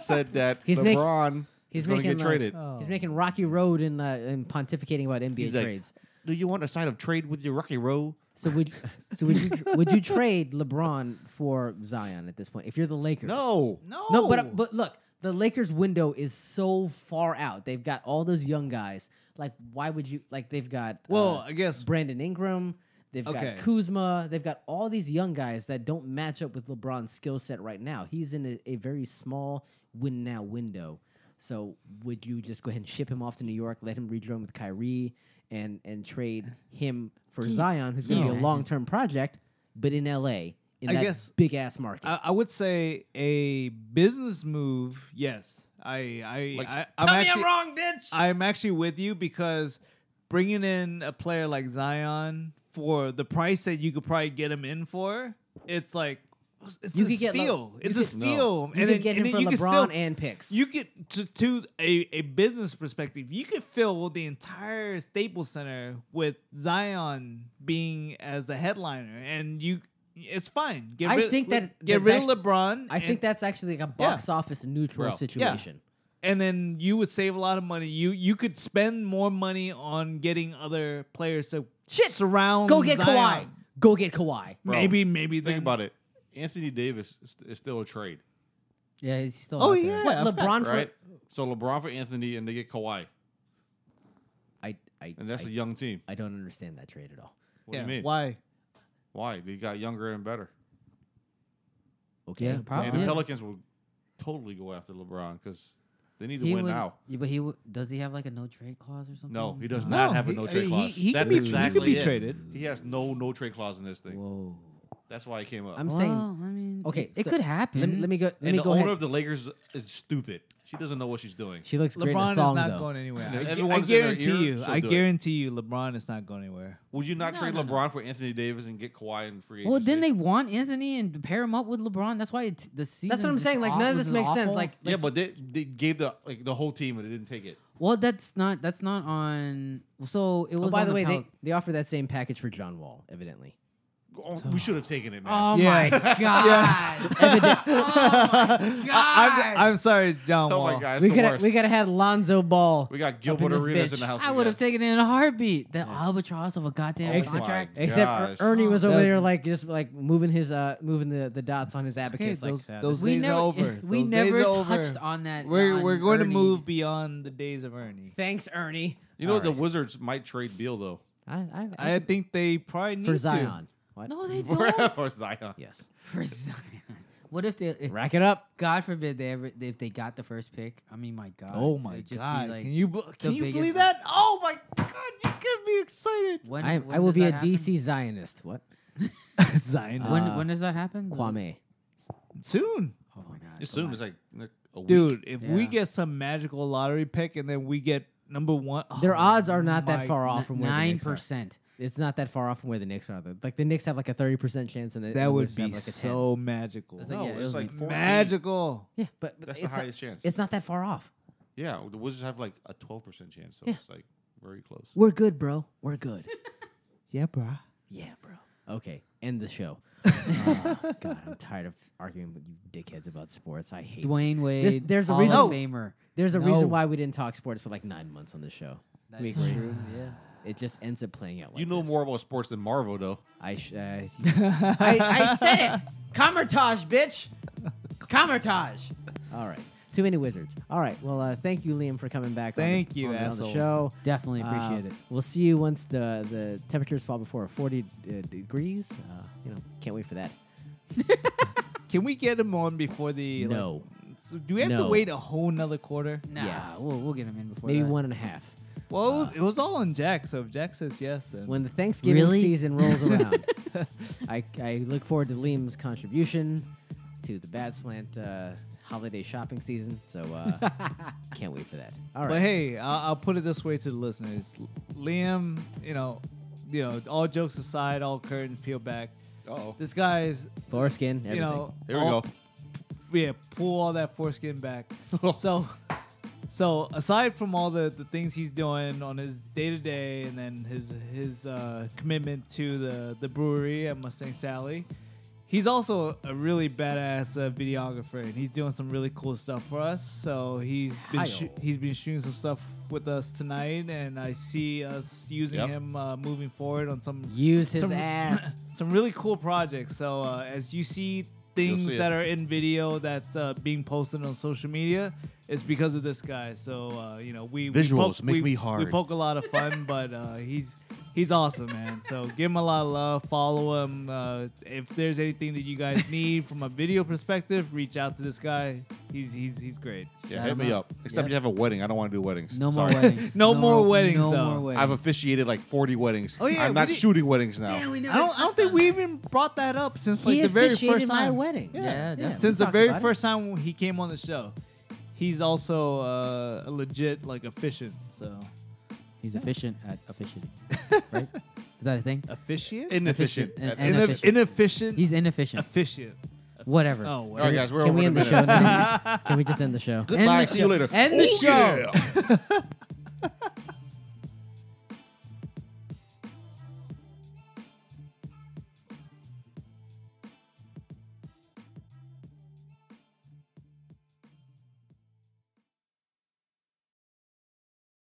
S5: said that
S1: He's make-
S5: LeBron
S1: he's
S5: is going to
S1: making
S5: get
S1: like- uh,
S5: traded.
S3: Oh.
S1: he's making Rocky Road and uh, and pontificating about NBA
S5: He's like-
S1: trades.
S5: Do you want a sign of trade with your Rocky Road?
S1: so would so
S5: (laughs)
S1: would you would you trade LeBron for Zion at this point? If you're the Lakers,
S5: No.
S3: No.
S1: No, but but look, the Lakers window is so far out. They've got all those young guys. Like, why would you like? They've got
S3: well,
S1: uh,
S3: I guess
S1: Brandon Ingram. They've got
S3: Okay.
S1: Kuzma. They've got all these young guys that don't match up with LeBron's skill set right now. He's in a, a very small win now window. So would you just go ahead and ship him off to New York, let him rejoin with Kyrie, and and trade him for Zion, who's going
S2: you
S1: to be a
S2: imagine?
S1: long term project, but in L.A. in
S3: I
S1: that
S3: guess- uh,
S1: big ass market.
S3: I, I would say a business move. Yes, I I,
S5: Like,
S3: I I'm actually wrong, bitch. I'm actually with you because bringing in a player like Zion for the price that you could probably get him in for, it's like it's
S1: You
S3: a
S1: could get Le-
S3: steal.
S1: you
S3: it's a
S1: could-
S3: steal,
S1: you could get him
S3: then
S1: for
S3: you
S1: LeBron
S3: could still-
S1: and picks.
S3: You could to, to a, a business perspective, you could fill the entire Staples Center with Zion being as the headliner, and you it's fine. Get
S1: I
S3: rid,
S1: think
S3: li-
S1: that-
S3: get
S1: that's
S3: rid
S1: actu-
S3: of LeBron.
S1: I think
S3: and-
S1: that's actually like a box office neutral
S5: Bro, yeah.
S1: situation.
S3: and then you would save a lot of money. You you could spend more money on getting other players to
S1: Shit,
S3: surround.
S1: Go get
S3: Zion.
S1: Kawhi. Go get Kawhi.
S5: Bro,
S3: Maybe maybe
S5: Think about it. Anthony Davis is, is still a trade.
S2: Yeah, he's still.
S3: Oh,
S2: out there.
S3: yeah.
S1: What,
S3: of
S1: LeBron for?
S5: right? So LeBron for Anthony, and they get Kawhi,
S1: I, I,
S5: and that's
S1: I,
S5: a young team.
S1: I don't understand that trade at all.
S5: What do you mean? Why?
S3: Why?
S5: They got younger and better.
S1: Okay.
S2: Yeah, probably.
S5: and the
S2: yeah.
S5: Pelicans will totally go after LeBron because they need to
S2: He
S5: win
S2: would-
S5: now.
S2: Yeah, but he would. Does he have like a no trade clause or something?
S5: No, he does
S2: No.
S5: not have a
S3: he-
S5: no trade
S3: he-
S5: clause.
S3: he could
S5: That's
S3: be- he could
S5: exactly
S3: be
S5: it.
S3: traded.
S5: He has no no trade clause in this thing.
S2: Whoa.
S5: That's why he came up.
S1: I'm
S2: well,
S1: saying.
S2: I mean,
S1: okay,
S2: it, it
S1: so
S2: could
S1: let
S2: happen.
S1: me- let me go. Let
S5: and
S1: me
S5: the
S1: go
S5: owner
S1: ahead.
S5: of the Lakers is stupid. She doesn't know what she's doing.
S1: She looks great in
S3: LeBron
S1: a
S3: is
S1: thong,
S3: not
S1: though.
S3: going anywhere.
S5: No,
S3: I, gu- I
S5: everyone's in their
S3: guarantee
S5: ear,
S3: you.
S5: she'll
S3: I
S5: do it.
S3: guarantee you, LeBron is not going anywhere.
S5: Would you not
S2: No,
S5: trade
S2: no, no.
S5: LeBron for Anthony Davis and get Kawhi and free agency?
S2: Well, didn't they want Anthony and pair him up with LeBron? That's why it, the season.
S1: That's what I'm saying. Like none of this makes sense. Like,
S5: yeah, but they, they gave the like the whole team and they didn't take it.
S2: well, that's not that's not on. So it was.
S1: oh, by
S2: on
S1: the, way,
S2: Pel-
S1: they, they offer that same package for John Wall, evidently.
S5: Oh, we should have taken it, man. (laughs)
S2: Oh
S3: Yes.
S2: my god!
S1: (laughs)
S3: Yes.
S2: Evident-
S3: (laughs) I, am I'm sorry, John
S5: Oh
S3: Wall.
S5: my god, it's
S1: We
S5: the
S1: could
S5: worst.
S1: we could have had Lonzo Ball.
S5: We got
S1: in
S5: Gilbert
S1: this
S5: Arenas in
S1: bitch.
S5: the house.
S2: (laughs) I would have taken it in a heartbeat. The albatross of a
S5: Oh
S2: goddamn
S5: my
S2: contract.
S1: Except Er-
S5: gosh.
S1: Ernie was over
S3: That-
S1: there, like just like moving his uh moving the, the dots on his
S3: Okay,
S1: abacus. like,
S3: those,
S1: yeah,
S3: those
S1: this-
S2: We
S3: days
S2: never-
S3: are over.
S2: (laughs) we
S3: Those days
S2: never
S3: are over.
S2: touched on that
S3: We're
S2: on
S3: we're going
S2: Ernie.
S3: to move beyond the days of Ernie.
S1: thanks, Ernie.
S5: You know
S1: All
S5: the
S1: right.
S5: Wizards might trade
S1: (laughs)
S5: Beal though
S1: I, I,
S3: I think they probably need
S1: for
S3: to.
S1: Zion. What? (laughs)
S5: (laughs)
S2: No, they
S5: for,
S2: don't.
S5: for Zion.
S1: Yes.
S2: For Zion. What if they? if-
S1: Rack it up.
S2: God forbid they ever if they got the first pick. I mean, my God.
S3: Oh my
S2: it'd just be
S3: god!
S2: like-
S3: can you bel- can you
S2: biggest-
S3: believe that? Oh my god! You could be excited.
S1: (laughs)
S2: When,
S1: I, am-
S2: when
S1: I will
S2: does
S1: be
S2: that
S1: a
S2: happen?
S1: DC Zionist. What?
S3: Zion
S2: When
S1: Uh,
S2: when does that happen?
S1: Kwame.
S3: soon,
S2: Oh my God!
S5: It's soon. It's like in a week.
S3: dude. If we
S2: Yeah.
S3: get some magical lottery pick and then we get number one,
S1: Their
S3: oh
S1: odds are not that
S3: my
S1: far off from where the
S2: Nine
S1: Knicks are.
S2: percent.
S1: It's not that far off from where the Knicks are. though. Like the Knicks have like a thirty percent chance, and the, and
S3: That
S1: the
S3: would
S1: Wizards
S3: be
S1: have, like a 10.
S3: so magical.
S2: It's like,
S5: no,
S2: yeah, it
S5: it's
S2: was
S5: like
S2: like
S5: 14.
S3: magical.
S1: Yeah, but, but
S5: That's the
S1: it's,
S5: highest chance.
S1: it's not that far off.
S5: yeah, the Wizards have like a twelve percent chance, so
S1: Yeah.
S5: it's like very close.
S1: We're good, bro. We're
S2: (laughs)
S1: good.
S3: Yeah, bruh.
S1: yeah, bro. Okay, end the
S2: (laughs)
S1: show. Oh, God, I'm tired of arguing with you dickheads about sports. I hate.
S2: Dwayne Wade.
S1: This- there's a
S2: Hall of
S1: reason-
S2: Famer.
S1: There's a reason
S3: No.
S1: why we didn't talk sports for like nine months on the show.
S2: That's
S1: We agree.
S2: true. Yeah.
S1: It just ends up playing out. Like
S5: you know
S1: this.
S5: more about sports than Marvel though.
S1: I, sh-
S2: (laughs)
S1: uh, I I said it. Comertage, bitch. Comertage. All right. Too many wizards. All right. Well, uh, thank you, Liam, for coming back. on the-
S3: Thank you,
S1: on the, on the
S3: asshole.
S1: show.
S2: Definitely appreciate
S1: Uh,
S2: it.
S1: We'll see you once the the temperatures fall before 40 uh, degrees. Uh, you know, can't wait for that.
S3: Can we get him on before the? like-
S1: No.
S3: so do we have
S1: No.
S3: to wait a whole another quarter?
S2: Nah,
S1: Yes.
S2: we'll we'll get him in before
S1: Maybe
S2: that.
S1: one and a half.
S3: Well, it was, it was all on Jack. So if Jack says yes, then
S1: When the Thanksgiving
S2: Really?
S1: season
S3: (laughs)
S1: rolls around, I, I look forward to Liam's contribution to the Bad Slant uh, holiday shopping season. So
S3: (laughs)
S1: uh, can't wait for that. All
S3: But
S1: right.
S3: hey, I'll, I'll put it this way to the listeners: L- Liam, you know, you know, all jokes aside, all curtains peel back.
S5: Oh,
S3: This guy's,
S1: Foreskin, everything.
S3: you know,
S5: here we
S3: all-
S5: go.
S3: Yeah, pull all that foreskin back. so, so aside from all the the things he's doing on his day to day, and then his his uh, commitment to the the brewery at Mustang Sally. He's also a really badass uh, videographer, and he's doing some really cool stuff for us. So he's been shoo-
S1: Hi-yo.
S3: he's been shooting some stuff with us tonight, and I see us using
S5: Yep.
S3: him uh, moving forward on some
S1: Use his
S3: some,
S1: ass.
S3: some really cool projects. So uh, as you see things
S5: see it.
S3: that are in video that's uh, being posted on social media, it's because of this guy. So uh, you know we we
S5: Visuals
S3: poke-
S5: make
S3: we-
S5: me
S3: We
S5: hard.
S3: poke a lot of
S5: (laughs)
S3: fun, but uh, he's he's awesome, man. So give him a lot of love. Follow him. Uh, if there's anything that
S5: (laughs)
S3: you guys need from a video perspective, reach out to this guy. He's he's he's great.
S5: Yeah,
S2: I
S5: hit
S2: don't
S5: me
S2: know.
S5: up. Except
S2: Yep.
S5: you have a wedding. I don't want to do weddings.
S2: (laughs) No more
S5: Sorry.
S2: weddings.
S3: No more weddings,
S2: No
S3: though.
S2: more
S5: (laughs)
S2: weddings.
S5: I've officiated like forty weddings.
S3: Oh, yeah,
S5: I'm
S3: we
S5: not
S3: did-
S5: shooting weddings now.
S2: Damn, we
S3: I
S2: never
S3: don't, I
S2: touched
S3: don't think
S2: on
S3: we
S2: that.
S3: even brought that up since (laughs) like
S1: he
S3: the very
S1: officiated
S3: first
S1: my
S3: time.
S1: wedding.
S2: Yeah, Yeah, yeah.
S3: since the
S1: we talked
S3: very
S1: about it.
S3: first time he came on the show. He's also uh, a legit like efficient. So
S2: He's efficient at officiating. right? Is that a (laughs) thing?
S3: efficient,
S5: Inefficient. At-
S2: Efficient and-
S3: Ineff-
S2: inefficient.
S3: inefficient,
S2: He's inefficient.
S3: efficient.
S2: Whatever.
S3: Oh,
S5: All right,
S3: well.
S5: guys, we're
S1: Can
S5: over
S1: we
S5: in a
S1: end the
S5: minute. (laughs)
S1: show now? Can we just end the show?
S6: Goodbye.
S2: the
S5: See you Oh,
S2: show.
S5: later.
S2: End the
S5: Oh,
S2: show.
S5: yeah.